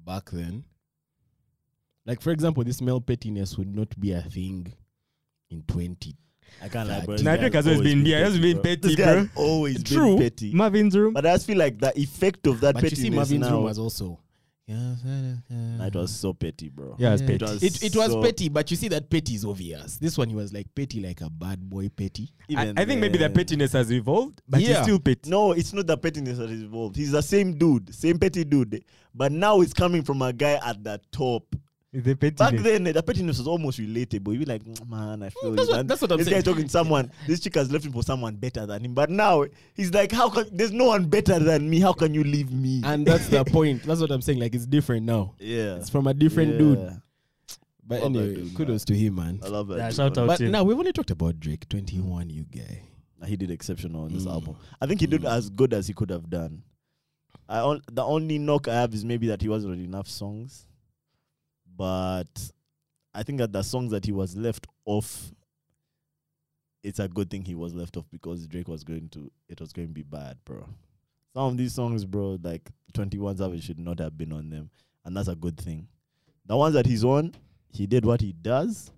D: back then. Like, for example, this male pettiness would not be a thing in 20.
A: I can't like. bro,
D: Nah,
A: this
B: Nah,
A: guy
B: Drake has always been, yeah, has been
A: bro.
B: petty,
A: This guy
B: bro.
A: has always
B: True.
A: been petty.
B: Marvin's room.
A: But I just feel like the effect of that
D: But you see,
A: pettiness
D: Marvin's
A: now.
D: room was also.
A: Nah, it
D: It
A: was so petty, bro.
B: yeah, it's
D: Yeah.
B: petty.
A: was
D: It, it was
A: so-
D: petty, but you see that petty is obvious. This one, he was like petty, like a bad boy petty.
B: I,
A: Even
B: I think maybe the
A: then.
B: pettiness has evolved, but he's
D: Yeah.
B: still petty.
A: No, it's not the pettiness that is involved. He's the same dude, same petty dude, but now it's coming from a guy at the top.
B: The
A: Back
B: pettiness.
A: then, the pettiness was almost relatable. You'd be like, "Mm, man, I feel
D: that's
A: you.
D: what-
A: And
D: that's what I'm
A: this
D: saying.
A: guy talking to someone. This chick has left him for someone better than him. But now he's like, how can? There's no one better than me. How can you leave me?
D: And that's the point. That's what I'm saying. Like, it's different now.
A: yeah,
D: It's from a different dude.
A: Yeah.
D: But
A: Love that
D: anyway,
A: dude,
D: kudos to him, man.
A: I love that.
B: Yeah,
A: dude,
B: shout
A: man.
B: out.
D: But
B: him.
D: now we've only talked about Drake, 21, you guy.
A: But He did exceptional on this
D: Mm.
A: album. I think he did as good as he could have done. I on, the only knock I have is maybe that he wasn't on enough songs, but I think that the songs that he was left off, it's a good thing he was left off because Drake was going to it was going to be bad, bro. Some of these songs, bro, like Twenty One Savage should not have been on them, and that's a good thing. The ones that he's on, he did what he does.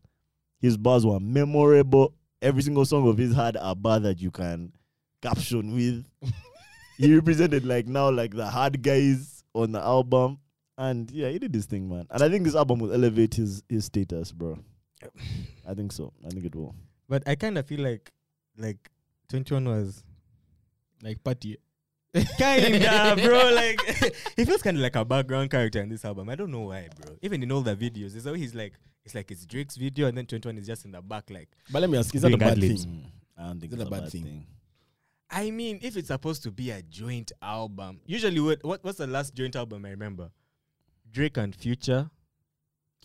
A: His bars were memorable. Every single song of his had a bar that you can caption with. he represented like now like the hard guys on the album, and yeah, he did his thing, man. And I think this album will elevate his his status, bro. I think so. I think it will.
B: But I kind of feel like like 21 was
D: Like party.
B: kinda bro like he feels kind of like a background character in this album. I don't know why, bro. Even in all the videos, it's always he's like it's like it's Drake's video and then 21 is just in the back like
D: But let me ask, is that a
B: Doing
D: bad
B: ad-libs.
D: thing?
A: mm, I don't think
D: Is
A: it's
D: that
A: a bad, thing.
B: I mean, if it's supposed to be a joint album, usually what, what what's the last joint album I remember? Drake and Future.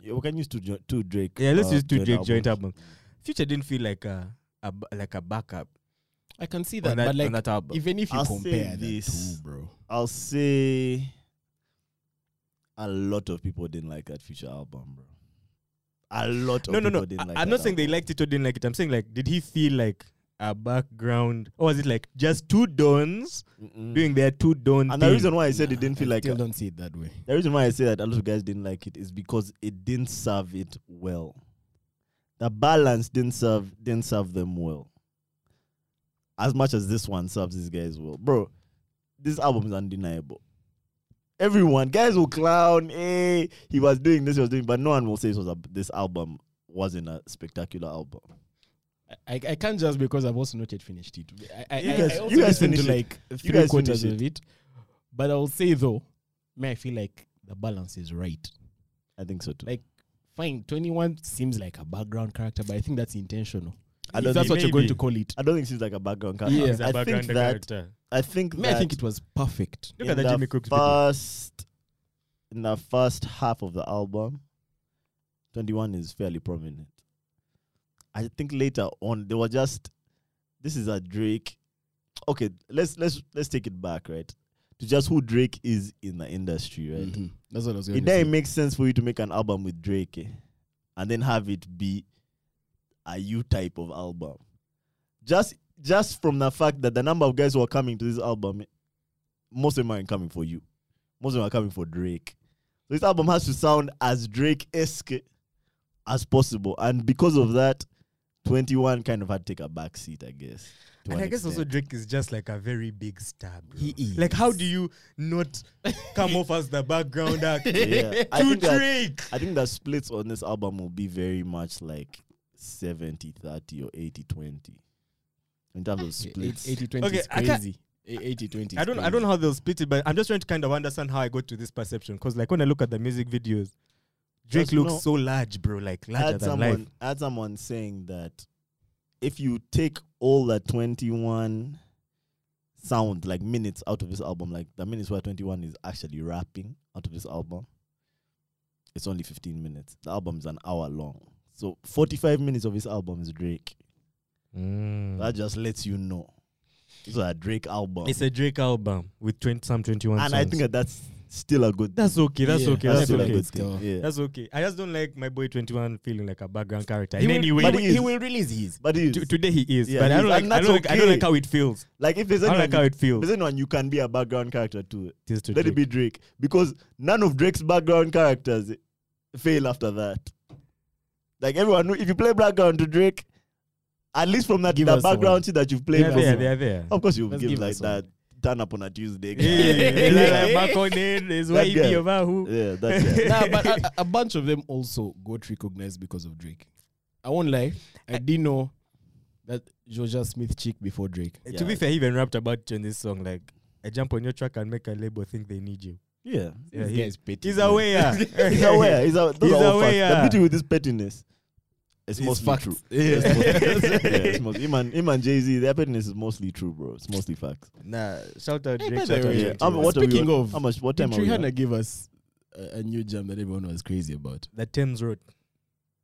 A: Yeah, we can use two, jo- two Drake.
B: Yeah, let's
A: uh,
B: use two Drake joint
A: albums.
B: album. Future didn't feel like a, a b- like a backup
D: I can see
B: on
D: that,
B: that,
D: but like,
B: on that album.
D: even if you
A: I'll say
D: compare
A: this.
D: this, the two, bro.
A: I'll say a lot of people didn't like that future album, bro. A lot of
B: no, no,
A: people
B: no.
A: didn't
B: I,
A: like
B: I'm
A: that
B: not saying they
A: album.
B: liked it or didn't like it. I'm saying like, did he feel like a background, or was it like just two dons
A: Mm-mm.
B: doing their two don?
A: Mm. And the
B: thing?
A: reason why I said it didn't feel
D: I
A: like
D: still
A: a-
D: don't see it that way.
A: The reason why I say that a lot of guys didn't like it is because it didn't serve it well. The balance didn't serve didn't serve them well. As much as this one serves these guys well. Bro, this album is undeniable. Everyone, guys will clown, hey, he was doing this, he was doing, but no one will say this was a, this album wasn't a spectacular album.
D: I, I can't just because I've also not yet finished it. I, I,
A: You
D: I-
A: guys-
D: I
A: you
D: also
A: guys
D: listened to
A: finish it.
D: like
A: You
D: three
A: guys
D: quarters
A: finish
D: of it. But I will say though, me, I feel like the balance is right.
A: I think so too.
D: Like, fine, 21 seems like a background character, but I think that's intentional.
A: I
D: If
A: don't
D: that's
A: think,
D: what you're going
B: maybe.
D: to call it.
A: I don't think she's like a background character.
D: Yeah.
B: He's a
A: I
B: background
A: think that
B: character.
A: I think
D: Me, I
A: that
D: think it was perfect.
B: Look
A: in
B: at the
A: the
B: Jimmy Cooks video.
A: first in the first half of the album, twenty one is fairly prominent. I think later on they were just this is a Drake. Okay, let's let's let's take it back, right? To just who Drake is in the industry, right?
D: Mhm. That's what I was
A: It
D: going to say.
A: doesn't make sense for you to make an album with Drake eh, and then have it be a you type of album. Just just from the fact that the number of guys who are coming to this album, eh, most of them aren't coming for you. Most of them are coming for Drake. So this album has to sound as Drake esque as possible. And because of that, 21 kind of had to take a back seat, I guess. to
B: And
A: an
B: I guess also
A: extent.
B: Drake is just like a very big star, bro.
D: He is.
B: Like, how do you not come off as the background act
A: Yeah. I
B: to
A: think that-
B: Drake?
A: I think the splits on this album will be very much like 70 30 or 80 20 in terms of splits.
D: 80 20
B: Okay,
D: is
B: I can't-
D: crazy. E- 80 20.
B: I don't I don't know how they'll split it, but I'm just trying to kind of understand how I got to this perception. Because like when I look at the music videos, Drake
A: Just
B: looks
A: know-
B: so large, bro. Like larger
A: Add
B: than life.
A: someone, add someone saying that if you take all the 21 sound, like minutes out of this album, like the minutes where 21 is actually rapping out of this album, it's only 15 minutes. The album is an hour long. So 45 minutes of this album is Drake. That just lets you know. It's a Drake album.
B: It's a Drake album with 20, some 21
A: and I
B: songs.
A: think that that's still a good.
B: that's okay. That's
D: Yeah,
B: okay.
D: I
B: That's
A: still
D: feel
A: a
D: like
B: okay.
A: good
D: it's
A: thing.
D: still-
A: Yeah.
B: That's okay. I just don't like my boy 21 feeling like a background character.
D: He
B: in
D: will-
B: any way,
A: but
D: He,
A: is-
D: will- he will release his.
A: But it is.
B: To- today he is,
A: Yeah,
B: but
A: he
B: I
A: is,
B: don't like.
A: and
B: I
A: that's
B: don't like, I don't
A: okay.
B: like how it feels.
A: like if there's
B: I don't
A: anyone,
B: like how
A: you-
B: it
A: if
B: feels.
A: there's anyone you can be a background character to,
B: It is to
A: let
B: Drake.
A: it be Drake because none of Drake's background characters fail after that. Like everyone, knew- if you play background to Drake, at least from that
D: Give
A: the
D: us the one.
A: background shit that you've
B: They
A: played,
B: are
A: for-
B: there. They are there.
A: of course you'll
D: Let's
A: give,
D: give
A: like
D: us
A: that. Turn up on a Tuesday. guy.
B: Hey,
A: yeah,
B: like back on it is
A: That
B: why you be
A: guy.
B: your Wahoo.
A: yeah, that's it.
D: nah, but a, a bunch of them also got recognized because of Drake. I won't lie. I didn't know that Georgia Smith chick before Drake.
B: Uh, To be
A: Yeah.
B: fair, he even rapped about you in this song. Like, I jump on your track and make a label think they need you.
A: Yeah,
B: Yeah,
D: This
B: he-
D: guy's petty.
B: He's
D: man.
B: aware.
A: he's aware. He's aware. Those
B: He's
A: are all facts.
B: aware.
A: The beauty with this pettiness, it's,
D: It's
A: mostly
D: facts.
A: true.
D: Yeah.
A: yeah, it's mostly, him and, him and Jay Z, their pettiness is mostly true, bro. It's mostly facts.
B: Nah, shout out
D: Hey,
B: Drake.
D: by
B: Shout out
D: the way,
B: Drake.
D: Yeah.
A: How mu- what are we
D: Speaking
A: on-
D: of
A: how much? What time are we?
D: Trihana
A: at?
D: gave us a, a new jam that everyone was crazy about.
B: The Thames Road.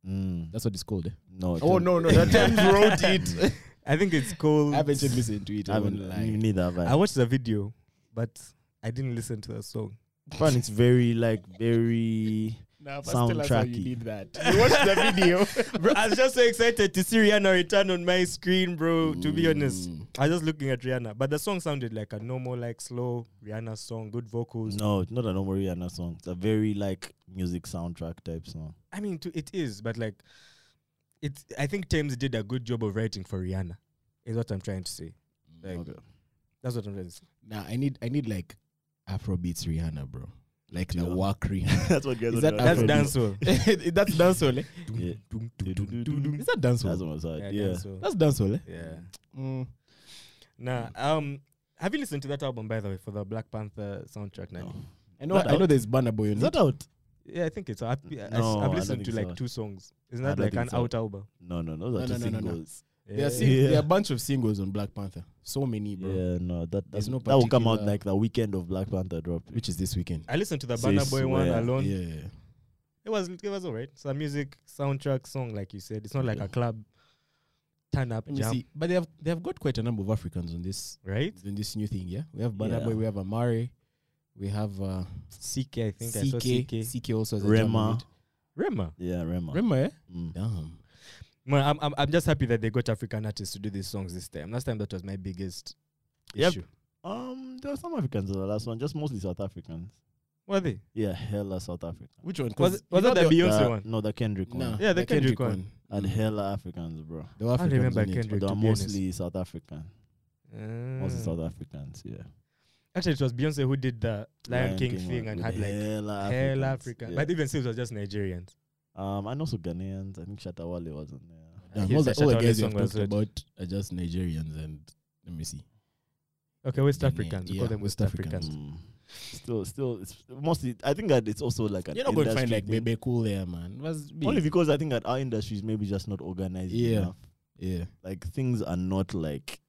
A: Mm,
D: That's what it's called. eh?
A: no.
D: Oh
A: ten-
D: no, no, that Thames wrote it.
B: I think it's
D: I
B: called.
D: haven't yet listened to it. Oh,
A: I
D: I won't
A: haven't.
D: lie.
A: Neither have
B: I
A: I.
B: watched the video, but I didn't listen to the song.
A: Fun. It's very like very.
D: Nah, first tell us how you
A: Soundtracky.
D: did that. You watched the video.
B: bro, I was just so excited to see Rihanna return on my screen, bro. To be honest,
D: Mm.
B: I was just looking at Rihanna, but the song sounded like a normal, like slow Rihanna song, good vocals.
A: No, it's not a normal Rihanna song. It's a very like music soundtrack type song.
B: I mean, to, it is, but like, it. I think Thames did a good job of writing for Rihanna. Is what I'm trying to say. Like, that's what I'm trying to say.
D: Nah, I need I need like Afrobeats Rihanna, bro. Like the
A: Yeah.
D: work Rihanna.
A: That's what guys
D: Is
A: are
D: that
A: doing.
B: That's
D: Afrobeat.
B: dancehall.
D: That's dancehall. Eh?
A: Yeah.
D: Is that dancehall?
A: That's what I was like.
B: yeah.
A: Yeah.
B: dancehall.
D: That's dancehall. Eh?
B: Yeah.
D: Mm.
B: Nah. Um. Have you listened to that album by the way for the Black Panther soundtrack? Now,
D: I know.
A: That
D: I know.
A: out?
D: There's Burna Boy on
A: Is
D: it.
A: that out?
B: yeah, I think it's. I've, I,
A: No, I
B: have
A: don't
B: listened to
A: think so.
B: like two songs. Isn't
A: I
B: that
A: don't
B: like
A: think
B: an
A: so.
B: out album?
A: No, no, those are
D: No,
A: two
D: no, no, no, no.
A: singles.
D: There, are sing-
A: Yeah.
D: there are a bunch of singles on Black Panther. So many, bro.
A: Yeah, no, that that's,
D: There's no
A: that will come out
D: particular-
A: like the weekend of Black Panther drop.
D: Which is this weekend.
B: I listened to the
A: So
B: Banner
A: it's
B: Boy one
A: where-
B: alone.
D: Yeah, yeah.
B: It was it was alright. It's a music soundtrack song, like you said. It's not like a club turn up
D: Let me
B: jam,
D: see. But they have they have got quite a number of Africans on this
B: right?
D: on this new thing. Yeah, we have
A: Yeah.
D: Burna Boy, we have Amare, we have uh,
B: CK, I think I saw
D: CK,
B: CK.
D: CK also has a jam
A: Rema.
D: on it.
B: Rema.
A: Yeah, Rema.
D: Rema, eh?
A: Mm.
D: Damn.
B: Man, I'm, I'm I'm just happy that they got African artists to do these songs this time. Last time that was my biggest
A: Yep.
B: issue.
A: Um, there were some Africans in the last one, just mostly South Africans.
B: Were they?
A: Yeah, hella South African.
D: Which one?
B: Was
D: 'Cause
B: it, was
D: you
B: that the
D: know
B: Beyonce
A: The-
B: one?
A: No, the Kendrick
D: the- Nah,
A: one.
B: Yeah, the Kendrick one.
A: And hella Africans, bro.
D: There were
B: I don't
D: Africans
B: remember
D: on it.
B: Kendrick.
A: They
B: to
A: are
B: be honest.
A: mostly South African. Mostly
B: Ah.
A: South Africans, yeah.
B: Actually, it was Beyonce who did the Lion,
A: Lion
B: King,
A: King
B: thing
A: one
B: and
A: with
B: had like
A: hella Africans,
B: hell Africa.
A: yeah.
B: But even still, it was just Nigerians.
A: Um, and also Ghanaians. I think Shatawale wasn't there.
D: Damn,
B: Yes,
D: all
B: I
D: the,
B: shut
D: all the
B: down
D: guys
B: this
D: you've
B: song was
D: talked about are just Nigerians and let me see.
B: Okay, West
D: Ghanaian,
B: Africans. We
D: yeah,
B: call them West
D: West Africans.
B: Africans.
A: Mm. Still, still, it's mostly. I think that it's also like an
D: You're not going to find
A: industry
D: like
A: thing.
D: Bebe Cool there, man. Was
A: Only because I think that our industry is maybe just not organized
D: Yeah.
A: enough.
D: yeah.
A: Like things are not like.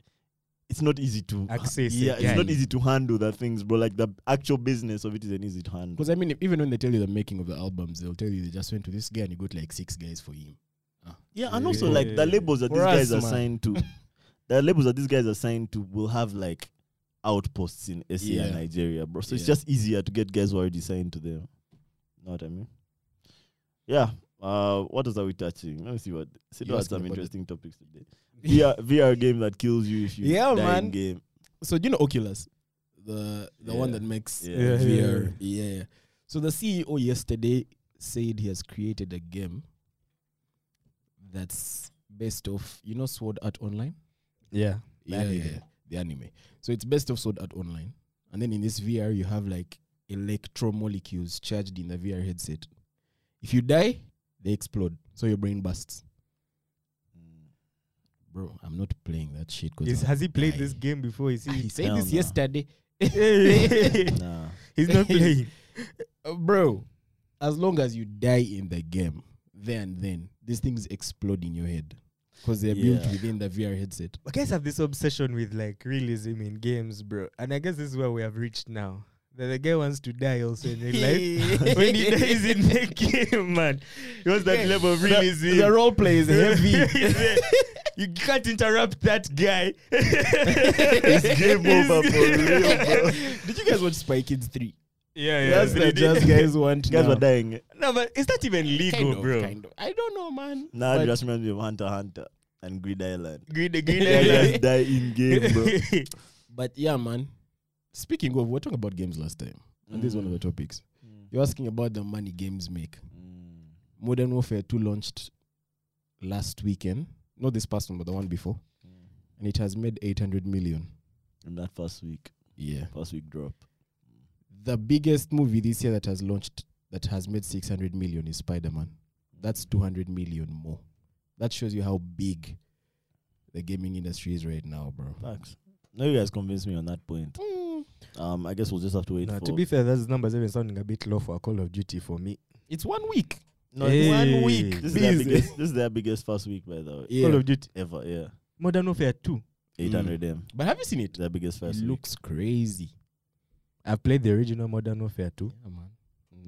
A: It's not easy to
B: Access it,
A: Yeah, it's
B: yeah.
A: not easy to handle the things, bro. Like the actual business of it is an easy to handle.
D: Because I mean, even when they tell you the making of the albums, they'll tell you they just went to this guy and he got like six guys for him.
A: Yeah, and also like the
B: Yeah.
A: labels that
D: For
A: these guys
D: us,
A: are
D: man.
A: signed to, the labels that these guys are signed to will have like outposts in SA
D: Yeah.
A: and Nigeria, bro. So it's
D: Yeah.
A: just easier to get guys who are already signed to them. Know what I mean? Yeah. Uh, what else are we touching? Let me see what.
D: You
A: Sido had
D: asked me
A: some
D: about
A: interesting topics today. VR, VR game that kills you if you
D: Yeah,
A: die
D: man.
A: in game.
D: So do you know Oculus, the the one
A: Yeah.
D: that makes
A: Yeah.
B: Yeah, yeah, yeah.
D: VR. Yeah, yeah. So the CEO yesterday said he has created a game that's based off you know Sword Art Online.
B: Yeah.
D: yeah, yeah, yeah, the anime. So it's best of Sword Art Online, and then in this VR you have like electromolecules charged in the VR headset. If you die, they explode, so your brain bursts. Bro, I'm not playing that shit
B: Is,
D: because
B: has he played this
D: I-
B: game before? Is
D: he
B: he?
D: said
A: Hell
D: this
A: no.
D: yesterday,
A: Nah.
B: He's not playing.
D: Uh, bro. As long as you die in the game, then then these things explode in your head because they're built
A: Yeah.
D: within the VR headset.
B: I guys have this obsession with like realism in games, bro. And I guess this is where we have reached now. That the guy wants to die also in real life. when he dies in the game, man. It was that level of realism.
D: The role play is heavy.
B: heavy. you can't interrupt that guy.
A: it's game over for real, bro.
D: Did you guys watch Spy Kids 3?
B: Yeah, yeah.
D: That's the
B: 3D.
D: just guys want
A: Guys
D: now.
A: were dying.
B: No, but is that even legal,
D: Kind of,
B: bro?
D: kind of. I don't know, man.
A: Nah,
D: But-
A: it just reminds me of Hunter x Hunter and Grid Island.
B: Green, green
A: Yeah,
B: Island.
A: just die in game, bro.
D: But yeah, man. Speaking of, we were talking about games last time, and this is one of the topics. You're asking about the money games make.
A: Mm,
D: Modern Warfare 2 launched last weekend, not this past one, but the one before, and it has made 800 million.
A: In that first week,
D: Yeah.
A: first week drop.
D: The biggest movie this year that has launched that has made 600 million is Spider Man. That's 200 million more. That shows you how big the gaming industry is right now, bro.
A: Facts. Now you guys convinced me on that point. Um, I guess we'll just have to wait
B: Nah,
A: for.
B: to be fair, those numbers even sounding a bit low for a Call of Duty for me.
D: It's one week.
A: no, it's
B: Hey.
A: one week. This is, their
D: Busy.
A: biggest, this is their biggest first week, by the way,
D: Yeah.
B: Call of Duty
A: ever. Yeah,
B: Modern Warfare 2.
A: eight hundred M.
D: But have you seen it?
A: Their biggest
D: It
A: first week.
D: looks crazy.
B: I've played the original Modern Warfare 2.
D: Yeah, man.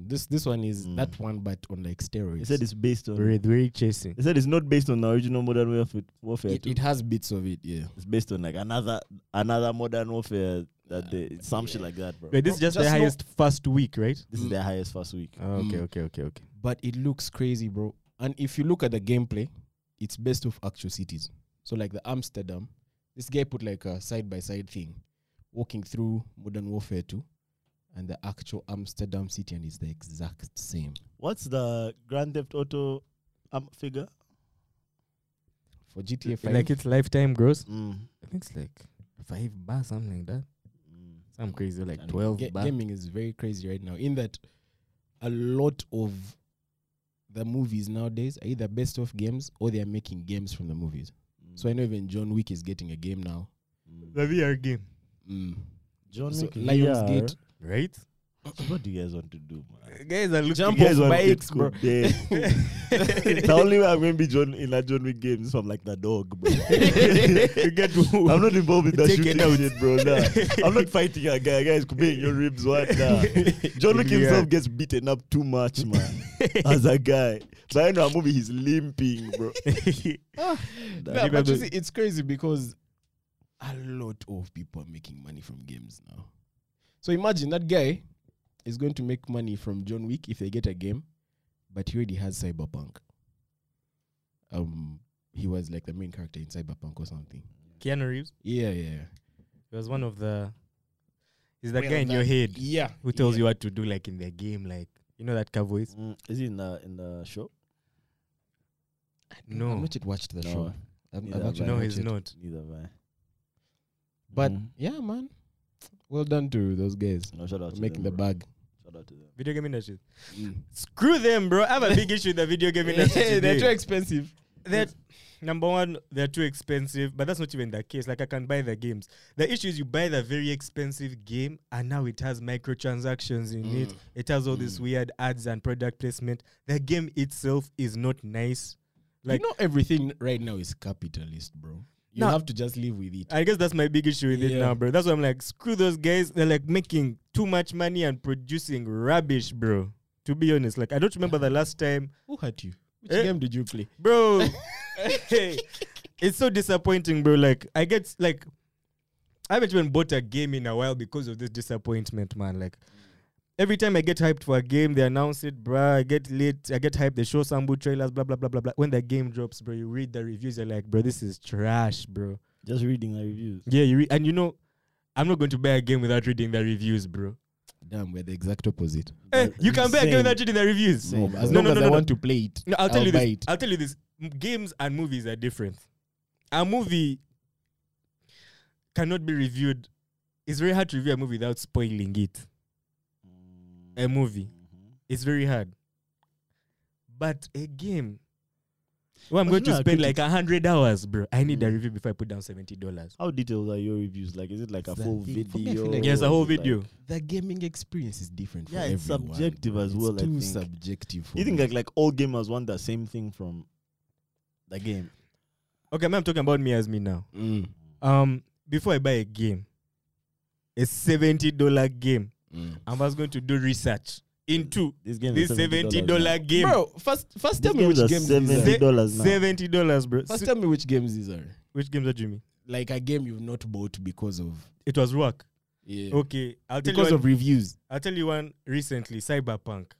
D: This this one is
A: Mm.
D: that one, but on like steroids.
A: They said it's based on.
B: We're, we're chasing.
A: They said it's not based on the original Modern Warfare. warfare
D: it,
A: two.
D: it has bits of it, yeah.
A: It's based on like another another Modern Warfare that they some shit like that, bro.
B: Wait, this is just,
D: Just
B: the
D: no-
B: highest first week, right?
A: This is their highest first week.
B: Ah, okay,
D: Mm.
B: okay, okay, okay.
D: but it looks crazy, bro. And if you look at the gameplay, it's based off actual cities. So like the Amsterdam, this guy put like a side by side thing, walking through Modern Warfare 2 and the actual Amsterdam city, and it's the exact same.
A: What's the Grand Theft Auto um, figure?
D: For GTA 5,
B: Like it's lifetime gross.
A: Mm.
B: I think it's like five bar, something like that.
A: Mm.
B: Some crazy, like
A: And
B: twelve
D: ga-
B: bar.
D: gaming is very crazy right now. In that, a lot of the movies nowadays are either best of games or they are making games from the movies.
B: Mm.
D: So I know even John Wick is getting a game now.
B: The VR game,
D: Mm.
A: John
D: So
A: Wick
D: Lionsgate.
B: right?
A: VR. What do you guys want to do, man?
B: Guys are looking.
A: You
D: Jump
A: guys
D: off
A: want to
D: bikes,
A: get
D: bro.
A: dead. the only way I'm going to be John in a John Wick game is from like the dog, bro.
B: you get to
A: I'm not involved in that
B: Take it
A: shooting
B: out.
A: shit, bro. Nah. I'm not fighting a guy. A guy is beating your ribs. What? Nah. John Wick
B: Yeah.
A: himself gets beaten up too much, man. as a guy. By the end of the movie, he's limping, bro.
D: Ah, Nah,
B: You
D: but
B: gotta-
D: you see, it's crazy because a lot of people are making money from games now. So imagine that guy is going to make money from John Wick if they get a game, but he already has Cyberpunk. Um, he was like the main character in Cyberpunk or something.
B: Keanu Reeves.
D: Yeah, yeah.
B: He was one of the. He's the
D: One
B: guy
D: of
B: in
D: the-
B: your head
D: Yeah.
B: who tells you what to do, like in the game, like you know that car voice.
A: Mm, is he in the, in the show?
B: No,
D: I've not yet watched the
A: No,
D: show. I've,
A: neither
D: I've
A: have
D: actually
A: I.
B: no,
D: not
B: he's
D: yet.
B: not.
A: Neither way.
D: But
A: Mhm.
D: yeah, man. Well done to those guys
A: No, shout out
D: for
A: to
D: making
A: them,
D: the
A: bro.
D: bag.
A: Shout out to them.
B: Video game industry.
D: Mm.
B: Screw them, bro. I have a big issue with the video game industry.
D: Yeah, they're
B: today.
D: too expensive.
B: that number one, they're too expensive, but that's not even the case. Like I can buy the games. The issue is you buy the very expensive game and now it has microtransactions in it. It has all these weird ads and product placement. The game itself is not nice. Like
D: you know everything right now is capitalist, bro. You
B: Nah.
D: have to just live with it.
B: I guess that's my big issue with it
D: Yeah.
B: now, bro. That's why I'm like, screw those guys. They're like making too much money and producing rubbish, bro. To be honest, like I don't remember the last time
D: Who hurt you? Which
B: Eh?
D: game did you play?
B: bro. it's so disappointing, bro. Like I get like I haven't even bought a game in a while because of this disappointment, man. Like every time I get hyped for a game, they announce it, bruh. I get lit, I get hyped, they show some good trailers, blah blah blah blah blah. When the game drops, bro, you read the reviews, you're like, bro, this is trash, bro.
A: Just reading the reviews.
B: Yeah, you re- and you know, I'm not going to buy a game without reading the reviews, bro.
D: Damn, we're the exact opposite.
B: Eh, you can buy a game
A: Same.
B: without reading the reviews.
D: No, as
B: No,
D: long
B: no,
D: as
B: no,
D: I
B: no.
D: want to play it,
B: No, I'll tell
D: I'll
B: you
D: buy
B: this.
D: it.
B: I'll tell you this. M- Games and movies are different. A movie cannot be reviewed. It's very hard to review a movie without spoiling it. A movie.
A: Mm-hmm.
B: It's very hard. But a game. Well, I'm
A: But you
B: going to
A: know, I
B: spend
A: get
B: like a hundred hours, bro. I need a
A: Mm.
B: review before I put down seventy dollars.
A: How detailed are your reviews? Like, is it like
D: It's
A: a
D: that
A: full
D: thing. For me, I feel
A: video?
D: like-
B: Yes, a whole
A: Is it like-
B: video.
D: the gaming experience is different.
A: Yeah,
D: for
A: it's
D: everyone,
A: subjective
D: bro.
A: as well, I
D: It's too
A: think.
D: subjective. For
A: You think
D: me.
A: like like all gamers want the same thing from the game?
B: Okay, man, I'm talking about me as me now.
D: Mm,
B: Um, before I buy a game, a seventy dollar game,
D: mm.
B: I was going to do research into
A: This game
B: this
A: is
B: seventy
A: seventy
B: dollar game.
D: bro? First,
A: This
D: first tell me
A: game
D: which
A: is
D: games
A: seventy
D: these are.
B: Se-
A: dollars now.
B: Seventy dollars, bro.
D: First,
B: Se-
D: tell me which games these are.
B: which games are Jimmy?
D: Like a game you've not bought because of
B: It was work.
D: yeah,
B: Okay, I'll tell
D: because
B: you.
D: of
B: One,
D: reviews.
B: I'll tell you one recently. Cyberpunk.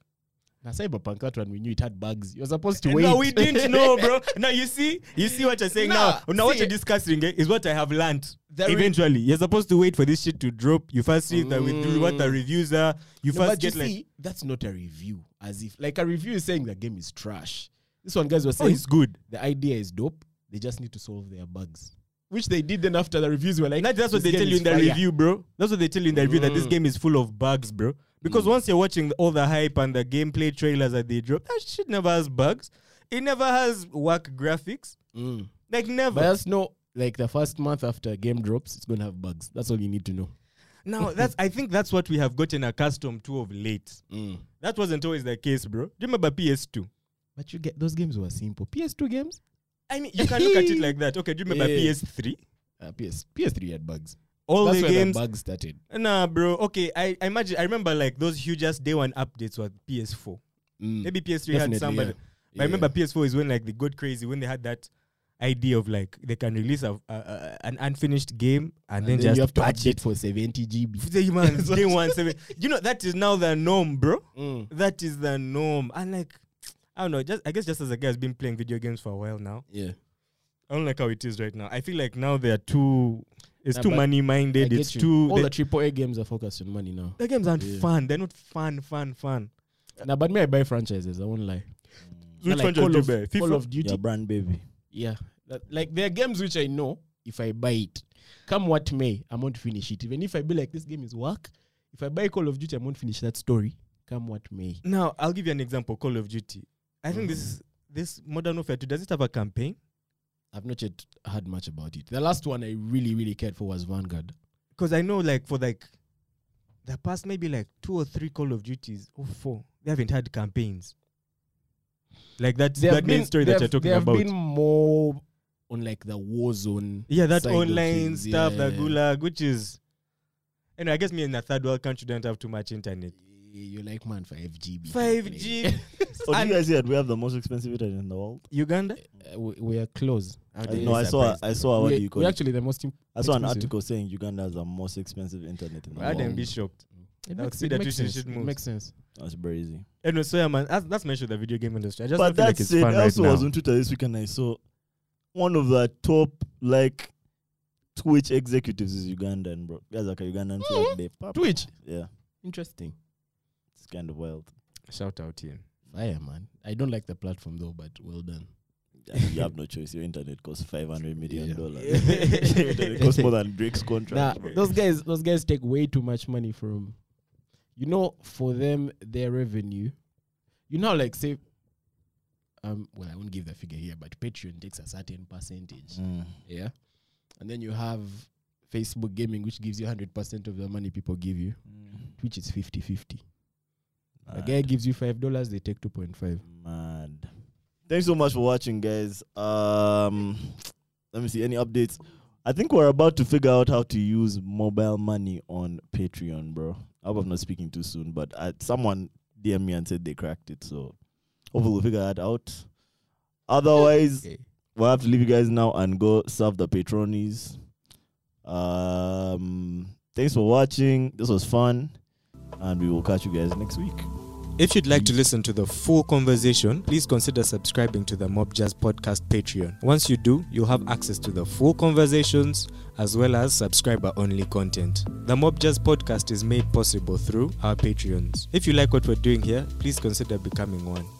D: Na cyberpunk that one we knew it had bugs. You're supposed to
B: Eh,
D: wait.
B: No, we didn't know, bro. now you see, you see what you're saying
D: Nah,
B: now. Now what
D: see-
B: you're discussing eh, is what I have learned.
D: The re-
B: Eventually, you're supposed to wait for this shit to drop. You first see the withdrew, what the reviews are. You
D: No,
B: first
D: but you
B: get like,
D: Mm. see, that's not a review. As if like a review is saying the game is trash. This one guys were
B: oh,
D: saying
B: it's good.
D: the idea is dope. They just need to solve their bugs, which they did. Then after the reviews were like,
B: That- that's what
D: "This
B: they
D: game
B: tell you
D: is
B: in the
D: fire." Mm.
B: review, bro. That's what they tell you in the review that this game is full of bugs, bro. Because once you're watching the- all the hype and the gameplay trailers that they drop, that shit never has bugs. It never has work graphics.
D: Mm.
B: Like
D: But
B: never.
D: that's no like the first month after a game drops, it's gonna have bugs. That's all you need to know.
B: Now that's I think that's what we have gotten accustomed to of late.
D: Mm.
B: That wasn't always the case, bro. Do you remember PS2?
D: But you get those games were simple. PS2 games,
B: I mean, you can look at it like that. Okay, do you remember
D: Yeah.
B: PS3?
D: uh, PS PS3 had bugs.
B: All
D: that's
B: the
D: where
B: games.
D: the bugs started.
B: Nah, bro. Okay, I, I imagine I remember like those huge ass day one updates were PS4.
D: Mm.
B: Maybe PS3
D: Definitely,
B: had somebody.
D: yeah.
B: But I remember PS4 is when like they got crazy when they had that idea of like they can release a, a, a an unfinished game and, then,
D: then
B: just
D: you have to
B: patch
D: update
B: it.
D: for 70 GB.
B: Say, Mm. man, day one seven. You know that is now the norm, bro. That is the norm. And like I don't know. Just I guess just as a guy who's been playing video games for a while now,
D: Yeah.
B: I don't like how it is right now. I feel like now they are too. It's
D: Nah,
B: too
D: but
B: money
D: I
B: minded.
D: get
B: It's
D: you.
B: too.
D: All
B: they-
D: the triple A games are focused on money now.
B: the games aren't
D: Yeah.
B: fun. They're not fun, fun, fun.
D: Nah, but me, I buy franchises. I won't lie.
B: Which
D: like
B: one should
D: Call
B: you
D: of-
B: buy?
D: Call
B: FIFA?
D: of Duty.
A: Your brand baby.
D: Yeah. That- like there are games which I know if I buy it, come what may, I won't finish it. Even if I be like this game is work, if I buy Call of Duty, I won't finish that story. Come what may.
B: Now I'll give you an example. Call of Duty. I think
D: Mm.
B: this this Modern Warfare 2 does it have a campaign?
D: I've not yet heard much about it. The last one I really, really cared for was Vanguard.
B: Because I know like for like the past maybe like two or three Call of Duties or four, they haven't had campaigns. Like that
D: There
B: that
D: have
B: main
D: been-
B: story that
D: there
B: you're
D: have-
B: talking
D: there have
B: about.
D: been more on like the war zone.
B: yeah, that
D: side of
B: online
D: things.
B: stuff,
D: Yeah,
B: the gulag, which is and I guess me in a third world country don't have too much internet.
D: Yeah, You're like man, five GB.
B: 5G
A: So Oh, do
B: And-
A: you guys see that we have the most expensive internet in the world?
B: Uganda?
D: we, we are close.
A: I, no, I saw. I saw. What
D: we,
A: do you call
D: we're
A: it?
D: actually the most. Imp-
A: I saw an
D: expensive.
A: article saying Uganda has the most expensive internet in the
B: I'd
A: world.
B: be shocked.
D: it
B: That
D: makes,
B: see
D: it
B: that
D: makes
B: we should-
D: sense.
B: should
D: It
B: move.
D: makes sense.
A: That's crazy.
B: Anyway, so yeah, man, that's, that's my show, the video game industry. I just
A: but
B: don't feel
A: that
B: like it's
A: said,
B: fun
A: I also
B: right
A: was
B: now.
A: on Twitter this weekend. I saw one of the top like Twitch executives is Ugandan, bro. Guys like a Ugandan
B: Mm-hmm.
A: flag day. Pap.
D: Twitch.
A: Yeah,
D: Interesting.
A: it's kind of wild.
B: Shout out him.
D: Fire, man. I don't like the platform though, but well done.
A: I mean, you have no choice. Your internet costs five hundred million
D: Yeah.
A: dollars. Your internet costs more than Drake's
D: Nah,
A: contract. bro.
D: those guys, those guys take way too much money from, you know, for them their revenue. You know, like say, um, well, I won't give the figure here, but Patreon takes a certain percentage,
A: Mm.
D: yeah, and then you have Facebook Gaming, which gives you hundred percent of the money people give you, which is 50-50. The
A: Mad.
D: guy gives you five dollars, they take two point five.
A: Mad. Thanks so much for watching, guys. Um, let me see any updates. I think we're about to figure out how to use mobile money on Patreon, bro. I hope I'm not speaking too soon, but uh someone DM me and said they cracked it, so hopefully we'll figure that out. Otherwise,
D: Okay.
A: we'll have to leave you guys now and go serve the patronies. Um, thanks for watching. This was fun, and we will catch you guys next week.
B: If you'd like to listen to the full conversation, please consider subscribing to the Mob Jazz Podcast Patreon. Once you do, you'll have access to the full conversations as well as subscriber only content. The Mob Jazz Podcast is made possible through our Patreons. If you like what we're doing here, please consider becoming one.